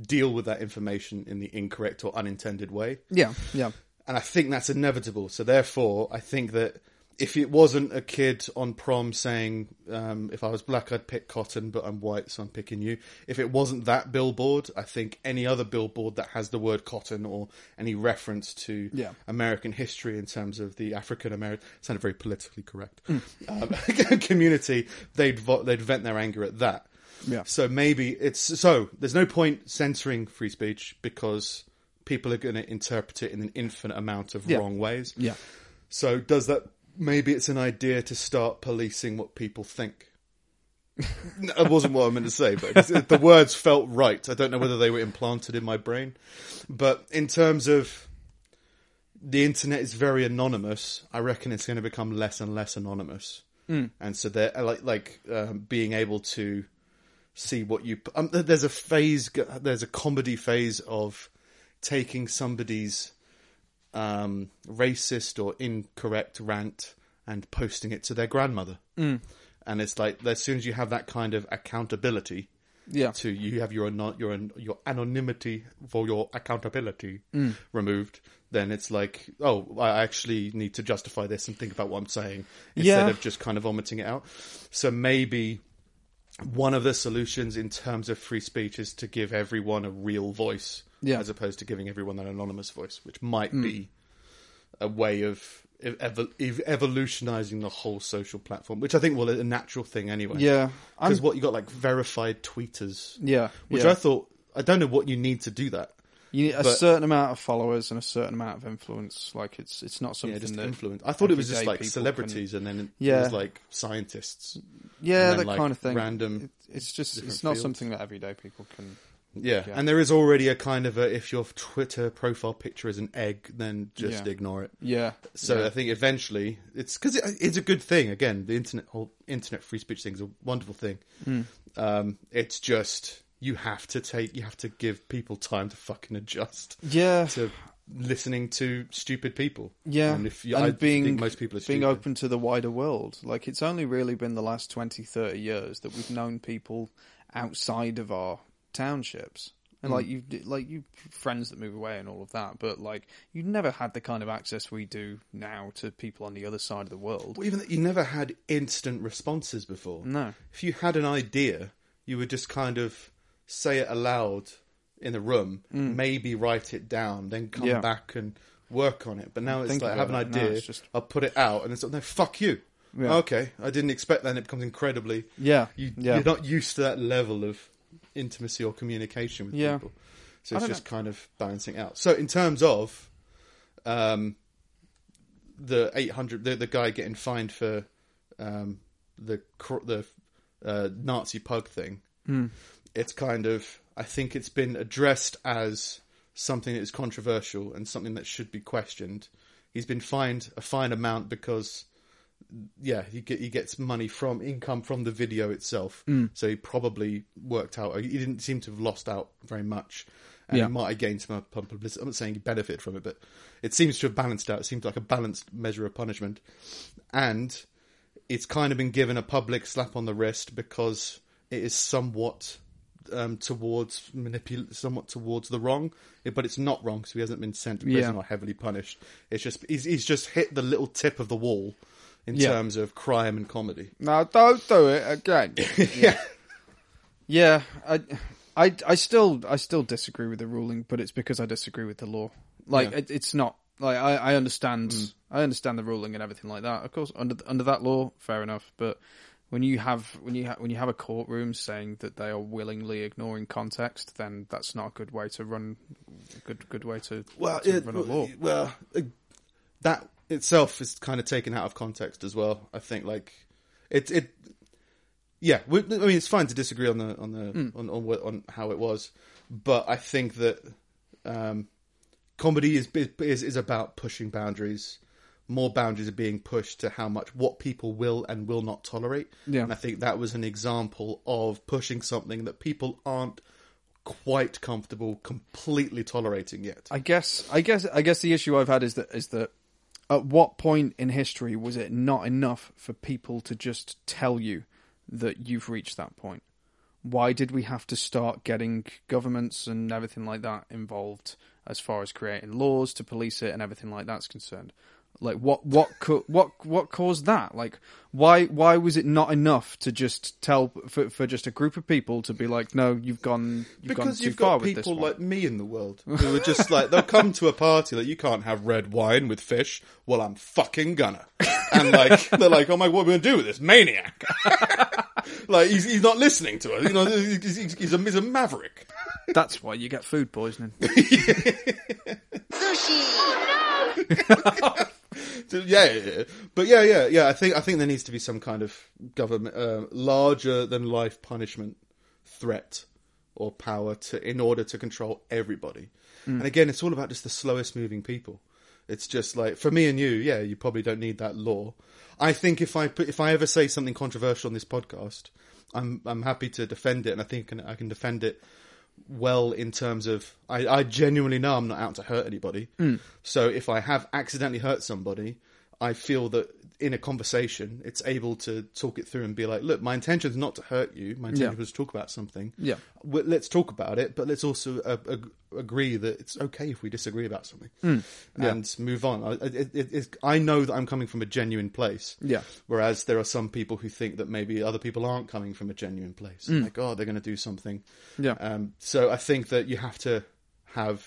deal with that information in the incorrect or unintended way
Yeah, yeah,
and I think that's inevitable. So therefore, I think that if it wasn't a kid on prom saying, um, "If I was black, I'd pick cotton, but I'm white, so I'm picking you," if it wasn't that billboard, I think any other billboard that has the word cotton or any reference to
Yeah.
American history in terms of the African American sounded very politically correct
Mm.
um, <laughs> community, they'd vo- they'd vent their anger at that.
Yeah.
So maybe it's so there's no point censoring free speech because people are going to interpret it in an infinite amount of
Yeah.
wrong ways.
yeah.
So does that maybe it's an idea to start policing what people think?
<laughs>
No, that wasn't what I meant to say, but it's- the words felt right. I don't know whether they were implanted in my brain, but in terms of the internet is very anonymous. I reckon it's going to become less and less anonymous, and so they're uh, like like um, being able to see what you. Um, th- there's a phase. g- There's a comedy phase of taking somebody's um, racist or incorrect rant and posting it to their grandmother. And it's like as soon as you have that kind of accountability,
Yeah.
to you have your ano- your an- your anonymity for your accountability
Mm.
removed, then it's like, oh, I actually need to justify this and think about what I'm saying instead
Yeah.
of just kind of vomiting it out. So maybe one of the solutions in terms of free speech is to give everyone a real voice,
Yeah. Mm.
as opposed to giving everyone an anonymous voice, which might be a way of ev- ev- ev- evolutionizing the whole social platform, which I think will a natural thing anyway.
Yeah. I'm-
Because what you got like verified tweeters,
Yeah,
which
yeah.
I thought I don't know what you need to do that.
You need a
But-
certain amount of followers and a certain amount of influence. Like it's it's not something
Yeah, just
that
influence. I thought it was just
everyday
like
people
celebrities, and then it
Yeah.
was like scientists. and
yeah,
then,
that
like,
kind of thing.
random
It- it's just it's
different
not
fields.
something that everyday people can.
Yeah. and there is already a kind of a if your Twitter profile picture is an egg, then just
Yeah.
ignore it.
Yeah.
So
yeah.
I think eventually it's because it, it's a good thing. Again, the internet whole internet free speech thing is a wonderful thing.
Hmm.
Um, it's just you have to take you have to give people time to fucking adjust
yeah,
to listening to stupid people.
yeah,
and if you,
and
I
being
think most people are
being
stupid.
open to the wider world. Like it's only really been the last 20, 30 years that we've known people outside of our townships. And
Hmm.
like you, like you, friends that move away and all of that, but like you never had the kind of access we do now to people on the other side of the world.
Well, even that you never had instant responses before.
No.
If you had an idea, you would just kind of say it aloud in the room, maybe write it down, then come
Mm. Yeah.
back and work on it. But now it's
Think
like I have an
about it. No,
idea,
it's just-
I'll put it out, and it's like, no, fuck you.
Yeah.
Okay, I didn't expect that, and it becomes incredibly.
Yeah,
You,
yeah.
You're not used to that level of intimacy or communication with
Yeah.
people, so
I
it's
don't
just kind of balancing out. So in terms of, um, the eight hundred, the, the guy getting fined for, um, the cr- the uh, Nazi pug thing
Hmm.
it's kind of I think it's been addressed as something that is controversial and something that should be questioned. He's been fined a fine amount because yeah, he get, he gets money from income from the video itself.
Mm.
So he probably worked out. He didn't seem to have lost out very much. And
Yeah.
he might have gained some uh, pub- publicity. I'm not saying he benefited from it, but it seems to have balanced out. It seems like a balanced measure of punishment. And it's kind of been given a public slap on the wrist because it is somewhat um, towards manipul- somewhat towards the wrong, but it's not wrong because he hasn't been sent to prison
Yeah.
or heavily punished. It's just he's, he's just hit the little tip of the wall in
Yeah.
terms of crime and comedy.
Now don't do it again.
<laughs> Yeah,
yeah, I, I, I still, I still disagree with the ruling, but it's because I disagree with the law. Like
Yeah. Mm.
it, it's not like I, I understand, I understand the ruling and everything like that. Of course, under under that law, fair enough. But when you have when you ha- when you have a courtroom saying that they are willingly ignoring context, then that's not a good way to run. Good, good way to
well,
to
it,
run a law.
well, uh, that itself is kind of taken out of context as well. I think like it it yeah. We, I mean, it's fine to disagree on the on
Hmm.
the on, on what- on how it was, but I think that um, comedy is, is is about pushing boundaries. More boundaries are being pushed to how much what people will and will not tolerate.
Yeah.
And I think that was an example of pushing something that people aren't quite comfortable completely tolerating yet.
I guess I guess I guess the issue I've had is that is that at what point in history was it not enough for people to just tell you that you've reached that point? Why did we have to start getting governments and everything like that involved as far as creating laws to police it and everything like that's concerned? Like what what co- what what caused that? Like why why was it not enough to just tell for, for just a group of people to be like no you've gone you've gone
because
too
you've
far
got
with this
people
one.
like me in the world who are just like they'll come to a party like you can't have red wine with fish. Well, I'm fucking gonna, and like they're like, oh my, what are we gonna do with this maniac? <laughs> like he's he's not listening to us. You know, he's, he's, he's, a, he's a maverick.
That's why you get food poisoning.
So, <laughs> yeah, yeah, yeah. but yeah, yeah, yeah. I think I think there needs to be some kind of government uh, larger than life punishment threat or power to in order to control everybody. And again, it's all about just the slowest moving people. It's just like for me and you, yeah, you probably don't need that law. I think if I put, if I ever say something controversial on this podcast, I'm I'm happy to defend it, and I think I can, I can defend it well in terms of I, I genuinely know I'm not out to hurt anybody.
Hmm.
So if I have accidentally hurt somebody, I feel that in a conversation, it's able to talk it through and be like, look, my intention's not to hurt you. My intention
Yeah.
was to talk about something.
Yeah.
Well, let's talk about it, but let's also uh, ag- agree that it's okay if we disagree about something
Hmm.
and move on. I, it, it, it's, I know that I'm coming from a genuine place.
Yeah.
Whereas there are some people who think that maybe other people aren't coming from a genuine place.
Hmm.
Like, oh, they're going to do something.
Yeah.
Um, so I think that you have to have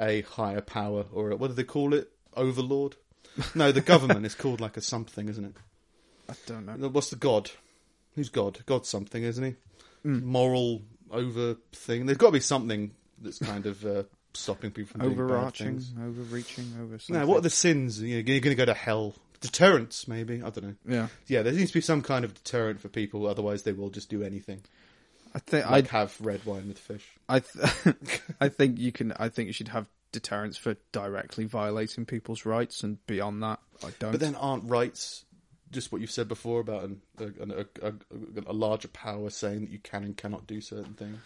a higher power, or a, what do they call it? Overlord? No, the government is called like a something, isn't it?
I don't know.
What's the god? Who's god? God's something, isn't he?
Hmm.
Moral over thing. There's got to be something that's kind of uh, stopping people from doing
Overarching,
bad things.
overreaching, over something.
No, what are the sins? You know, you're going to go to hell. Deterrence, maybe. I don't know.
Yeah,
Yeah, there needs to be some kind of deterrent for people, otherwise they will just do anything.
I think
Like have red wine with fish.
I, I,
<laughs>
th- I think you can. I think you should have deterrence for directly violating people's rights, and beyond that, I don't.
But then aren't rights just what you've said before about an, a, an, a, a, a larger power saying that you can and cannot do certain things?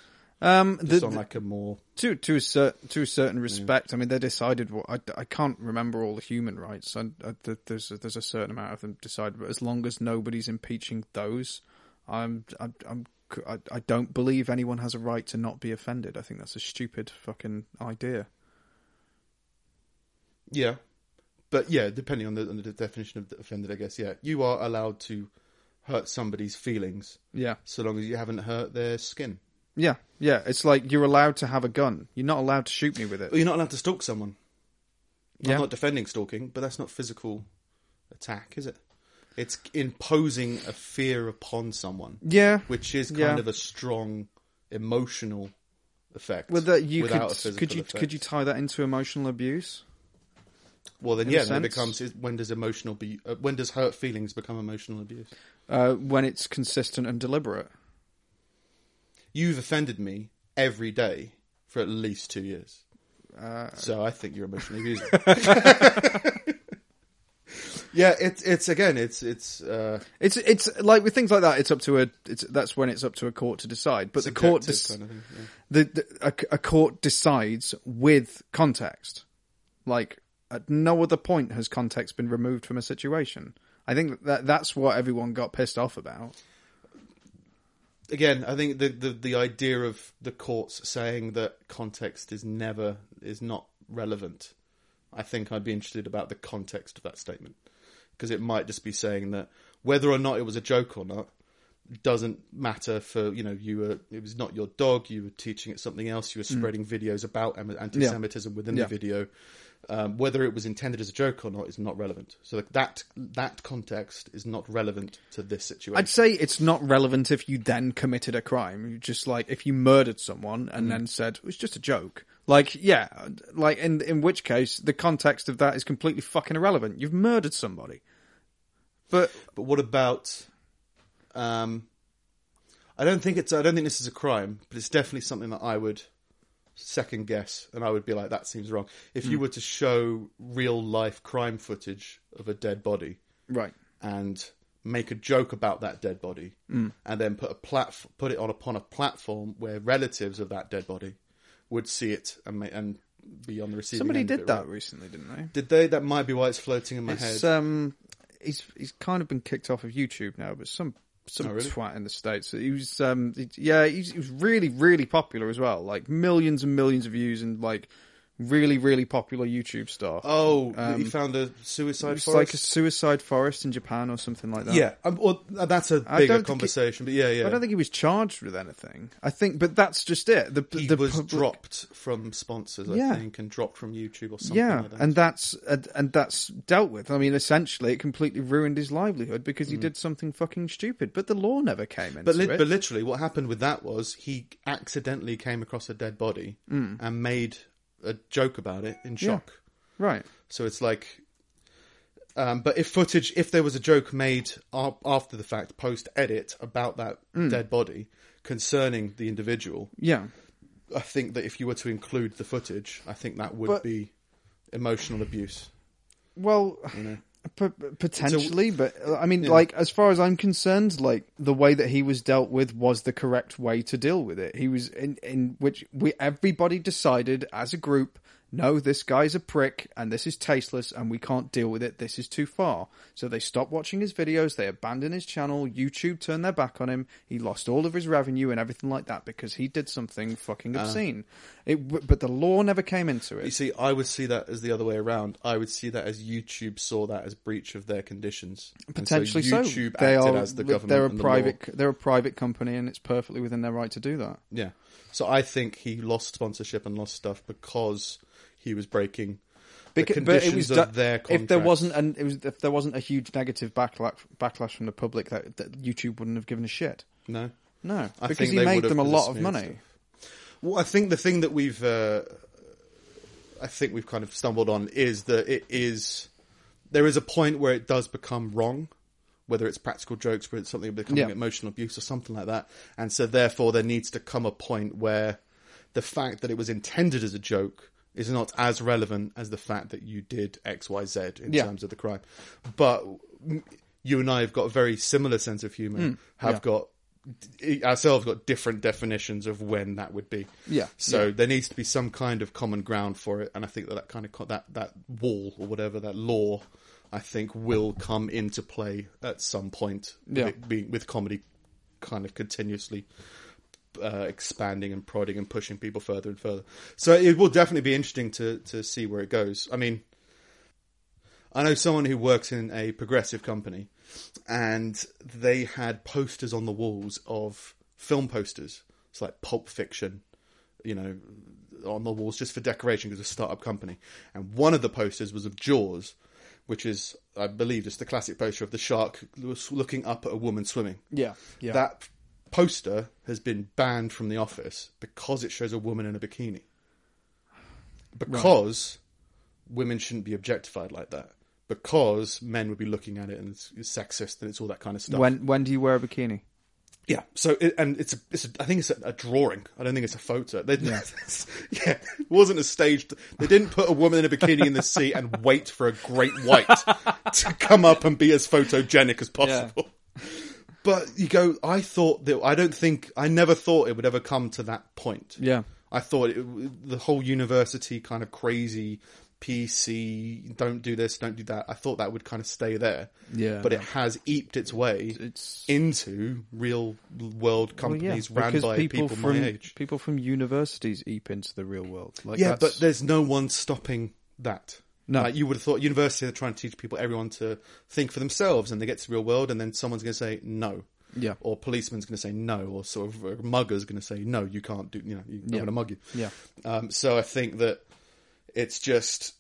um, the,
Just on like a more
to to a cer- to a certain respect, I mean, they decided what I, I can't remember all the human rights, and uh, th- there's a, there's a certain amount of them decided, but as long as nobody's impeaching those, I'm I'm. I'm c- I, I don't believe anyone has a right to not be offended. I think that's a stupid fucking idea.
yeah, but yeah, depending on the, on the definition of the offended, I guess yeah, you are allowed to hurt somebody's feelings
Yeah.
so long as you haven't hurt their skin.
Yeah, yeah. It's like you're allowed to have a gun. You're not allowed to shoot me with
But
it.
you're not allowed to stalk someone.
Yeah.
I'm not defending stalking, but that's not physical attack, is it? It's imposing a fear upon someone,
Yeah.
which is kind
Yeah.
of a strong emotional effect.
Well, that you
without a
could
physical
could you
effect.
could you tie that into emotional abuse?
Well, then
in a
yeah, then it
sense?
becomes is- when does emotional be uh, when does hurt feelings become emotional abuse?
Uh, when it's consistent and deliberate.
You've offended me every day for at least two years.
Uh,
So I think you're emotionally
<laughs>
abusing. <laughs> yeah, it's it's again, it's it's uh,
it's it's like with things like that. It's up to a. It's that's when it's up to a court to decide. But the court
subjective
dis-
kind of thing, yeah.
the, the a, a court decides with context. Like at no other point has context been removed from a situation. I think that that's what everyone got pissed off about.
Again, I think the, the the idea of the courts saying that context is never is not relevant. I think I'd be interested about the context of that statement because it might just be saying that whether or not it was a joke or not doesn't matter for you know you were it was not your dog you were teaching it something else you were spreading videos about am- anti-semitism within
Mm. Yeah.
the video um, whether it was intended as a joke or not is not relevant so like, that that context is not relevant to this situation
I'd say it's not relevant if you then committed a crime. You just like if you murdered someone
Mm.
and then said it was just a joke. Like yeah, like in in which case the context of that is completely fucking irrelevant. You've murdered somebody. But
But what about? Um, I don't think it's. I don't think this is a crime, but it's definitely something that I would second guess, and I would be like, that seems wrong. If
Hmm.
you were to show real life crime footage of a dead body
right.
and make a joke about that dead body,
Hmm.
and then put a plat put it on upon a platform where relatives of that dead body would see it and ma- and be on the receiving.
Somebody
end of
did
it,
that
right?
recently, didn't they?
Did they? That might be why it's floating in my head.
It's, um, he's he's kind of been kicked off of YouTube now, but some some
Oh, really?
twat in the states. He was um, he- yeah, he's, he was really really popular as well, like millions and millions of views and like really really popular YouTube star.
Oh,
Um,
you found a suicide
it's
forest.
like a suicide forest in Japan or something like that.
Yeah, um, well, that's a
I don't
bigger
think
conversation, but yeah, yeah.
I don't think he was charged with anything. I think, but that's just it. The
he
the
was
public-
dropped from sponsors, I
Yeah.
think, and dropped from YouTube or something.
Yeah,
like that.
and that's and and that's dealt with. I mean, essentially, it completely ruined his livelihood because he did something fucking stupid. But the law never came into
Mm. but, li-
it.
but literally, what happened with that was he accidentally came across a dead body
Mm.
and made a joke about it in shock.
right.
So it's like, um, but if footage, if there was a joke made a- after the fact, post edit about that
Mm.
dead body concerning the individual,
Yeah.
I think that if you were to include the footage, I think that would
But-
be emotional abuse.
Well,
know.
<sighs> p- p- potentially, but uh, I mean,
Yeah.
like as far as I'm concerned, like the way that he was dealt with was the correct way to deal with it. He was in in which we everybody decided as a group, no, this guy's a prick, and this is tasteless, and we can't deal with it. This is too far. So they stopped watching his videos. They abandoned his channel. YouTube turned their back on him. He lost all of his revenue and everything like that because he did something
Uh.
fucking obscene. It, w- but the law never came into
You
it.
see, I would see that as the other way around. I would see that as YouTube saw that as breach of their conditions. And
potentially so.
YouTube
they
acted
are
as the
li-
government.
They're a
and the
private.
law.
They're a private company, and it's perfectly within their right to do that.
Yeah. So I think he lost sponsorship and lost stuff because he was breaking the
Beca-
conditions of
do-
their contract.
if there wasn't an it was, if there wasn't a huge negative backlash backlash from the public that, that YouTube wouldn't have given a shit.
no,
No,
I
because
think
he
they
made
would have
them a lot of
dismissed
money.
Well, I think the thing that we've, uh, I think we've kind of stumbled on is that it is there is a point where it does become wrong, whether it's practical jokes, whether it's something becoming
Yeah.
emotional abuse or something like that, and so therefore there needs to come a point where the fact that it was intended as a joke is not as relevant as the fact that you did X, Y, Z in
Yeah.
terms of the crime. But mm, you and I have got a very similar sense of humour. Have
Mm, yeah.
got e, ourselves got different definitions of when that would be.
Yeah,
So there needs to be some kind of common ground for it, and I think that that kind of co- that that wall or whatever that law, I think will come into play at some point. with
Yeah.
it being- with comedy, kind of continuously uh, expanding and prodding and pushing people further and further. So it will definitely be interesting to to see where it goes. I mean, I know someone who works in a progressive company, and they had posters on the walls of film posters. It's like Pulp Fiction, you know, on the walls just for decoration because it's a startup company. And one of the posters was of Jaws, which is, I believe, just the classic poster of the shark looking up at a woman swimming.
Yeah, yeah.
That poster has been banned from the office because it shows a woman in a bikini. Because women shouldn't be objectified like that. Because men would be looking at it and it's, it's sexist and it's all that kind of stuff.
when when do you wear a bikini?
Yeah. So it, and it's a, it's a, I think it's a, a drawing. I don't think it's a photo. They, <laughs> yeah. it wasn't a staged. They didn't put a woman in a bikini in the sea and wait for a great white <laughs> to come up and be as photogenic as possible. But you go. I thought that. I don't think. I never thought it would ever come to that point.
Yeah,
I thought it, the whole university kind of crazy PC. Don't do this. Don't do that. I thought that would kind of stay there.
Yeah.
But it has eeped its way
it's
into real world
well, yeah,
companies ran
because
by people,
from
my age.
people from universities eep into the real world. Like
Yeah,
that's-
but there's no one stopping that.
No.
Like you would have thought university, they're trying to teach people, everyone to think for themselves, and they get to the real world, and then someone's going to say no.
yeah,
Or policeman's going to say no, or sort of a mugger's going to say no, you can't do, you know, you're
Yeah.
going to mug you.
yeah,
Um, so I think that it's just.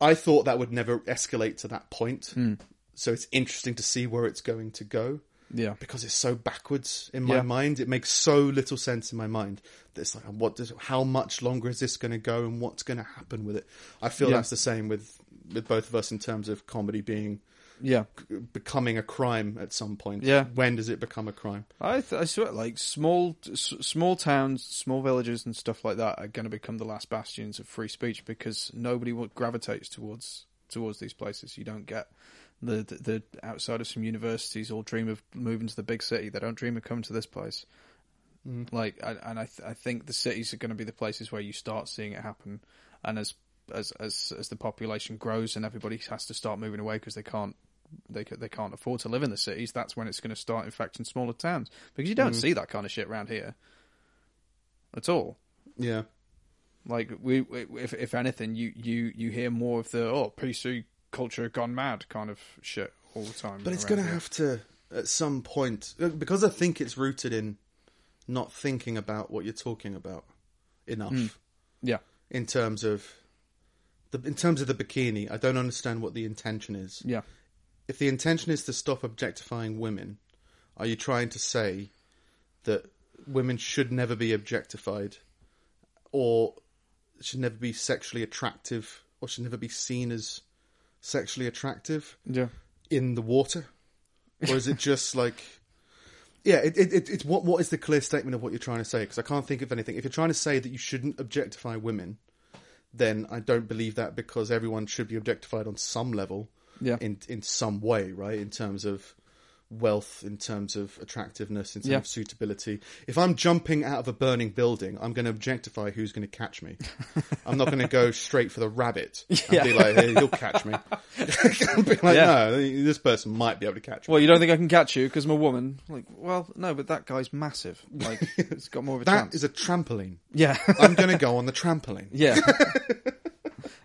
I thought that would never escalate to that point.
Hmm.
So it's interesting to see where it's going to go
yeah.
because it's so backwards in my
Yeah.
mind. It makes so little sense in my mind. That it's like, what does, how much longer is this going to go, and what's going to happen with it? I feel
Yeah.
that's the same with with both of us in terms of comedy being
Yeah,
becoming a crime at some point.
Yeah.
when does it become a crime?
I th- I swear, like small s- small towns, small villages, and stuff like that are going to become the last bastions of free speech because nobody wa- gravitates towards towards these places. You don't get the, the the outside of some universities all dream of moving to the big city. They don't dream of coming to this place. Like, I, and I th- I think the cities are going to be the places where you start seeing it happen. And as as as as the population grows and everybody has to start moving away because they can't they ca- they can't afford to live in the cities, that's when it's going to start infecting smaller towns because you don't
Mm.
see that kind of shit around here at all.
Yeah,
Like we, we if if anything, you you you hear more of the oh PC culture gone mad kind of shit all the time.
but it's
around
going to
here.
have to at some point uh, because I think it's rooted in not thinking about what you're talking about enough.
Hmm. yeah
in terms of the in terms of the bikini, I don't understand what the intention is.
yeah
If the intention is to stop objectifying women, are you trying to say that women should never be objectified or should never be sexually attractive or should never be seen as sexually attractive
yeah
in the water? Or is it just like yeah, it, it, it, it's what what is the clear statement of what you're trying to say? Because I can't think of anything. If you're trying to say that you shouldn't objectify women, then I don't believe that because everyone should be objectified on some level,
Yeah.
in in some way, right? In terms of wealth, in terms of attractiveness, in terms
Yeah.
of suitability. If I'm jumping out of a burning building, I'm going to objectify who's going to catch me. I'm not going to go straight for the rabbit
<laughs>
and be like, hey, "He'll catch me." <laughs> I'll be like,
Yeah.
"No, Uh, this person might be able to catch me."
Well, you don't think I can catch you because I'm a woman. Like, well, no, but that guy's massive.
<laughs>
Like, it's got more of a
That
chance.
is a trampoline.
yeah, <laughs>
I'm going to go on the <laughs> trampoline.
yeah,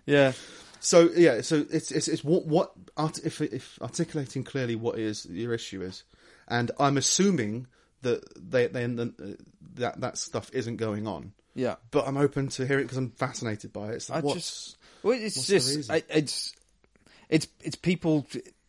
yeah,
So yeah, so it's it's, it's what what art, if if articulating clearly what is your issue is, and I'm assuming that they then the, that that stuff isn't going on,
yeah.
but I'm open to hear it because I'm fascinated by it. It's
I
like, what's-
just, well, it's
what's the
just,
reason?
I, it's, it's, it's people.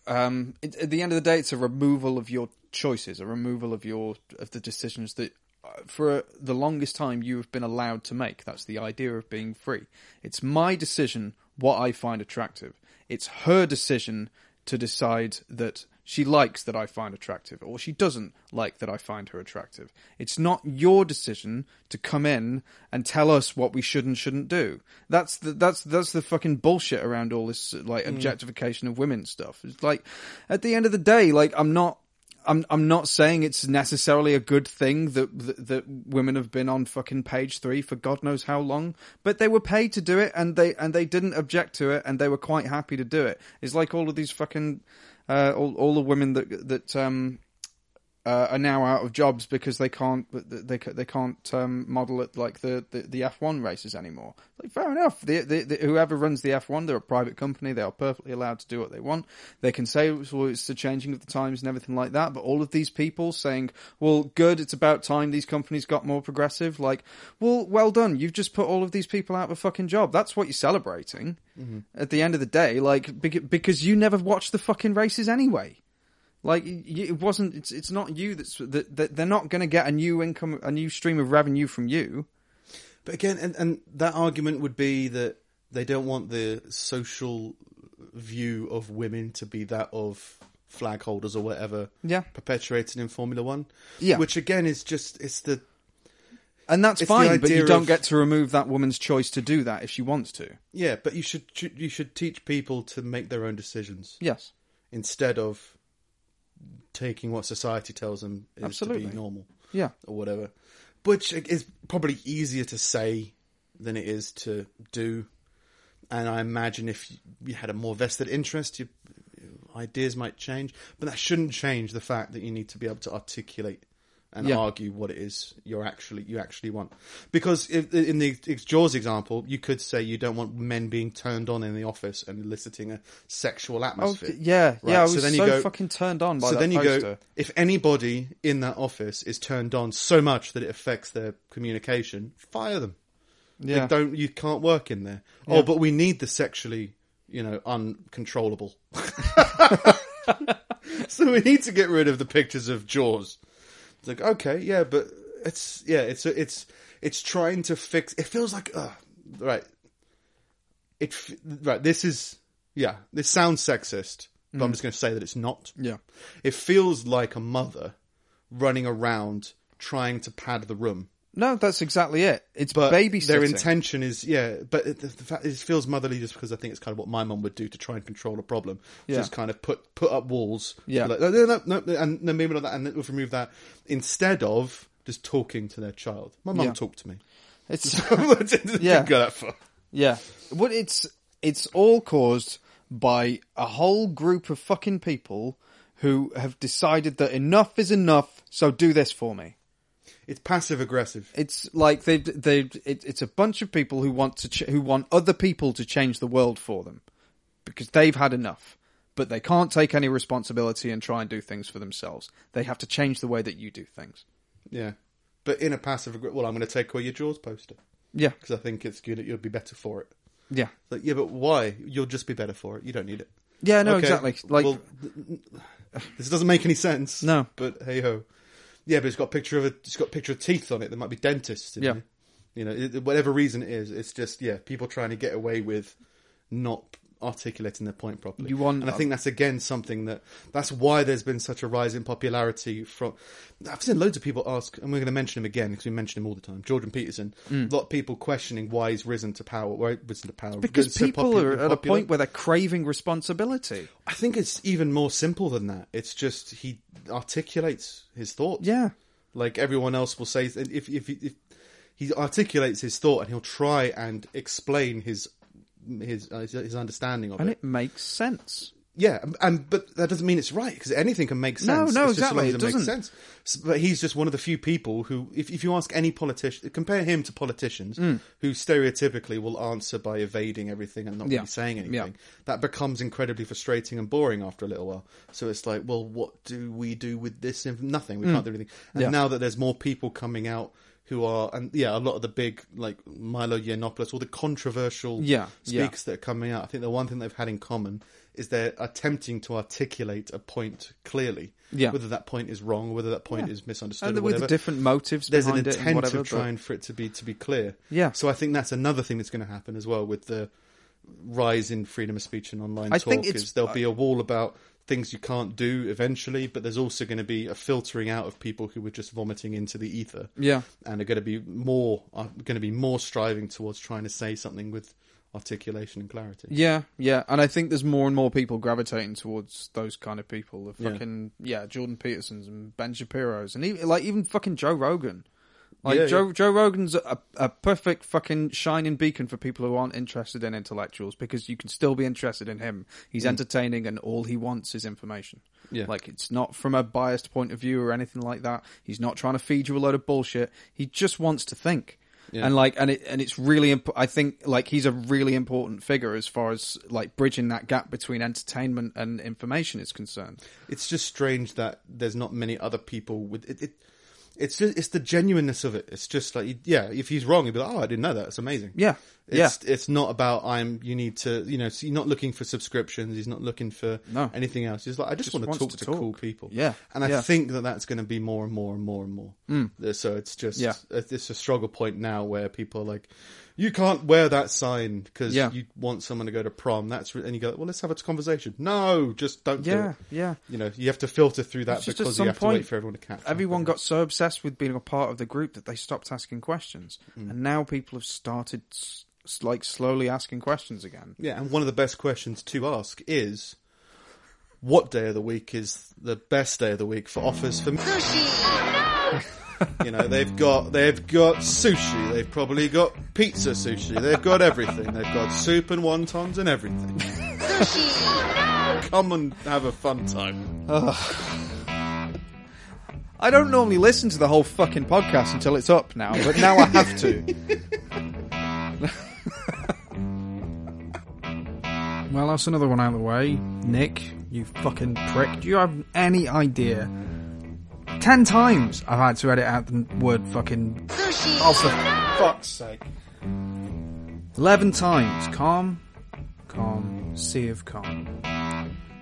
Um, it, at the end of the day, it's a removal of your choices, a removal of your of the decisions that, uh, for the longest time, you have been allowed to make. That's the idea of being free. It's my decision what I find attractive. It's her decision to decide that she likes that I find attractive, or she doesn't like that I find her attractive. It's not your decision to come in and tell us what we should and shouldn't do. That's the, that's that's the fucking bullshit around all this like objectification of women stuff. It's like at the end of the day, like I'm not. I'm I'm not saying it's necessarily a good thing that, that that women have been on fucking page three for God knows how long, but they were paid to do it and they and they didn't object to it and they were quite happy to do it. It's like all of these fucking uh, all all the women that that um uh, are now out of jobs because they can't they ca- they can't um, model at like the, the, the F1 races anymore. Like fair enough. The, the, the, whoever runs the F1, they're a private company. They are perfectly allowed to do what they want. They can say well, it's the changing of the times and everything like that. But all of these people saying, "Well, good, it's about time these companies got more progressive." Like, well, well done. You've just put all of these people out of a fucking job. That's what you're celebrating. At the end of the day, like bec- because you never watch the fucking races anyway. Like y- y- it wasn't. It's it's not you that's that, that they're not going to get a new income, a new stream of revenue from you.
But again, and, and that argument would be that they don't want the social view of women to be that of flag holders or whatever
Yeah.
perpetuated in Formula One.
Yeah.
Which again is just, it's the,
And that's
It's the
fine, but
idea
you don't
of-
get to remove that woman's choice to do that if she wants to.
yeah, but you should, you should teach people to make their own decisions
Yes.
instead of taking what society tells them is to
Absolutely.
be normal
Yeah.
or whatever. Which is probably easier to say than it is to do. And I imagine if you- you had a more vested interest, your ideas might change. But that shouldn't change the fact that you need to be able to articulate and
Yeah.
argue what it is you're actually you actually want. Because if, in the ex- Jaws example, you could say you don't want men being turned on in the office and eliciting a sexual
Oh,
atmosphere.
d- yeah.
Right,
Yeah. I was
so
so,
then you go-
fucking turned on by
So
that
then you
poster.
go, if anybody in that office is turned on so much that it affects their communication, fire them.
yeah.
They don't, you can't work in there.
Yeah.
Oh, but we need the sexually, you know, uncontrollable. <laughs> so we need to get rid of the pictures of Jaws. It's like, okay, yeah, but it's, yeah, it's, it's, it's trying to fix, it feels like, uh, right. It, f- right, this is, yeah, this sounds sexist, but I'm just going to say that it's not.
Mm. yeah.
It feels like a mother running around trying to pad the room.
No, that's exactly it. It's
But
babysitting.
their intention is, yeah, but it- the, the fact is, it feels motherly just because I think it's kind of what my mum would do to try and control a problem.
Yeah.
Just kind of put put up walls.
Yeah.
Like, no, no, no, no, and no, maybe not that, and then we'll remove that instead of just talking to their child. My mum
Yeah.
talked to me. <laughs>
It's <laughs>
yeah. Go that far.
Yeah. What it's it's all caused by a whole group of fucking people who have decided that enough is enough, so do this for me.
It's passive aggressive.
It's like they they it, it's a bunch of people who want to ch- who want other people to change the world for them because they've had enough, but they can't take any responsibility and try and do things for themselves. They have to change the way that you do things.
Yeah. But in a passive aggressive, well, I'm going to take away your Jaws poster
Yeah.
because I think it's good. You'll be better for it.
Yeah.
Like, yeah, but why? You'll just be better for it. You don't need it.
Yeah, no,
Okay,
exactly. Like
well, th- th- this doesn't make any sense.
No.
but hey ho. Yeah, but it's got a picture of a, it's got a picture of teeth on it. There might be dentists. In
Yeah.
there. you know, it, whatever reason it is, it's just yeah, people trying to get away with not articulating their point properly.
You want-
and I think that's again something that that's why there's been such a rise in popularity from. I've seen loads of people ask, and we're going to mention him again because we mention him all the time. Jordan Peterson,
Mm.
a lot of people questioning why he's risen to power, why he's risen to power
because
he's so
people
popular
are
and
at a
popular.
point where they're craving responsibility.
I think it's even more simple than that. It's just he articulates his thoughts.
Yeah.
Like everyone else will say, and if if, if he articulates his thought and he'll try and explain his his uh, his understanding of
and
it.
it makes sense.
Yeah, and- and but that doesn't mean it's right because anything can make sense.
no,
It's just so long
exactly,
as
it
it makes
doesn't.
sense. S- But he's just one of the few people who, if if you ask any politician, compare him to politicians
Mm.
who stereotypically will answer by evading everything and not
Yeah.
really saying anything.
Yeah.
That becomes incredibly frustrating and boring after a little while. So it's like, well, what do we do with this? Inf- nothing. We can't do anything. And
Mm. Yeah.
now that there's more people coming out. Who are and yeah, a lot of the big like Milo Yiannopoulos, all the controversial
Yeah, yeah.
speakers that are coming out, I think the one thing they've had in common is they're attempting to articulate a point clearly.
Yeah.
Whether that point is wrong, or whether that point
Yeah.
is misunderstood,
And
or
the, with
whatever.
the different motives
There's an
behind it and
intent
whatever.
of
but-
trying for it to be to be clear.
Yeah.
So I think that's another thing that's going to happen as well with the rise in freedom of speech and online
I
talk.
think it's-
is there'll be a wall about things you can't do eventually, but there's also going to be a filtering out of people who were just vomiting into the ether
yeah,
and are going to be more are going to be more striving towards trying to say something with articulation and clarity.
yeah, yeah. And I think there's more and more people gravitating towards those kind of people. The
Yeah.
fucking yeah, Jordan Petersons and Ben Shapiro's and even like even fucking Joe Rogan. Like
Yeah,
Joe Joe Rogan's a, a perfect fucking shining beacon for people who aren't interested in intellectuals because you can still be interested in him. He's entertaining and all he wants is information.
Mm. Yeah.
Like it's not from a biased point of view or anything like that. He's not trying to feed you a load of bullshit. He just wants to think.
Yeah.
And like and it and it's really imp- I think like he's a really important figure as far as like bridging that gap between entertainment and information is concerned.
It's just strange that there's not many other people with it. it it's just, it's the genuineness of it. It's just like yeah, if he's wrong, he'd be like, oh, I didn't know that. It's amazing.
Yeah. yeah.
It's it's not about I'm. You need to you know. So you're not looking for subscriptions. He's not looking for
No.
anything else. He's like I just, want to
wants
talk
to
to,
talk.
cool people.
Yeah,
and I
yeah. Mm.
think that that's going to be more and more and more and more. Uh, So it's just
Yeah.
it's a struggle point now where people are like, you can't wear that sign because
Yeah.
you want someone to go to prom. That's re-" and you go well. Let's have a conversation. No, just don't. do
Yeah,
it.
yeah.
You know you have to filter through that
It's just at
because
some
you have to
point,
wait for everyone to catch. up.
everyone got so obsessed with being a part of the group that they stopped asking questions, and now people have started s- s- like slowly asking questions again.
Yeah, and one of the best questions to ask is what day of the week is the best day of the week for offers for you know, they've got they've got sushi, they've probably got pizza sushi, they've got everything. They've got soup and wontons and everything. Come and have a fun time.
I don't normally listen to the whole fucking podcast until it's up now, but now I have to. <laughs> well, that's another one out of the way. Nick, you fucking prick. Do you have any idea? Ten times I've had to edit out the word fucking. Oh, for fuck's sake. Eleven times. Calm, calm, sea of calm.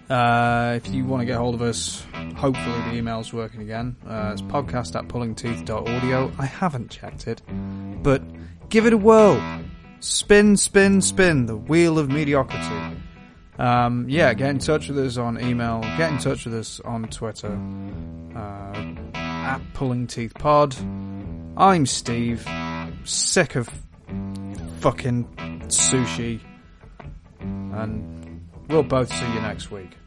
Uh, if you want to get hold of us, hopefully the email's working again. Uh, it's podcast at pullingtooth.audio. I haven't checked it, but give it a whirl. Spin, spin, spin, the wheel of mediocrity. Um, yeah, get in touch with us on email, get in touch with us on Twitter, uh, at Pulling Teeth Pod. I'm Steve, sick of fucking sushi, and we'll both see you next week.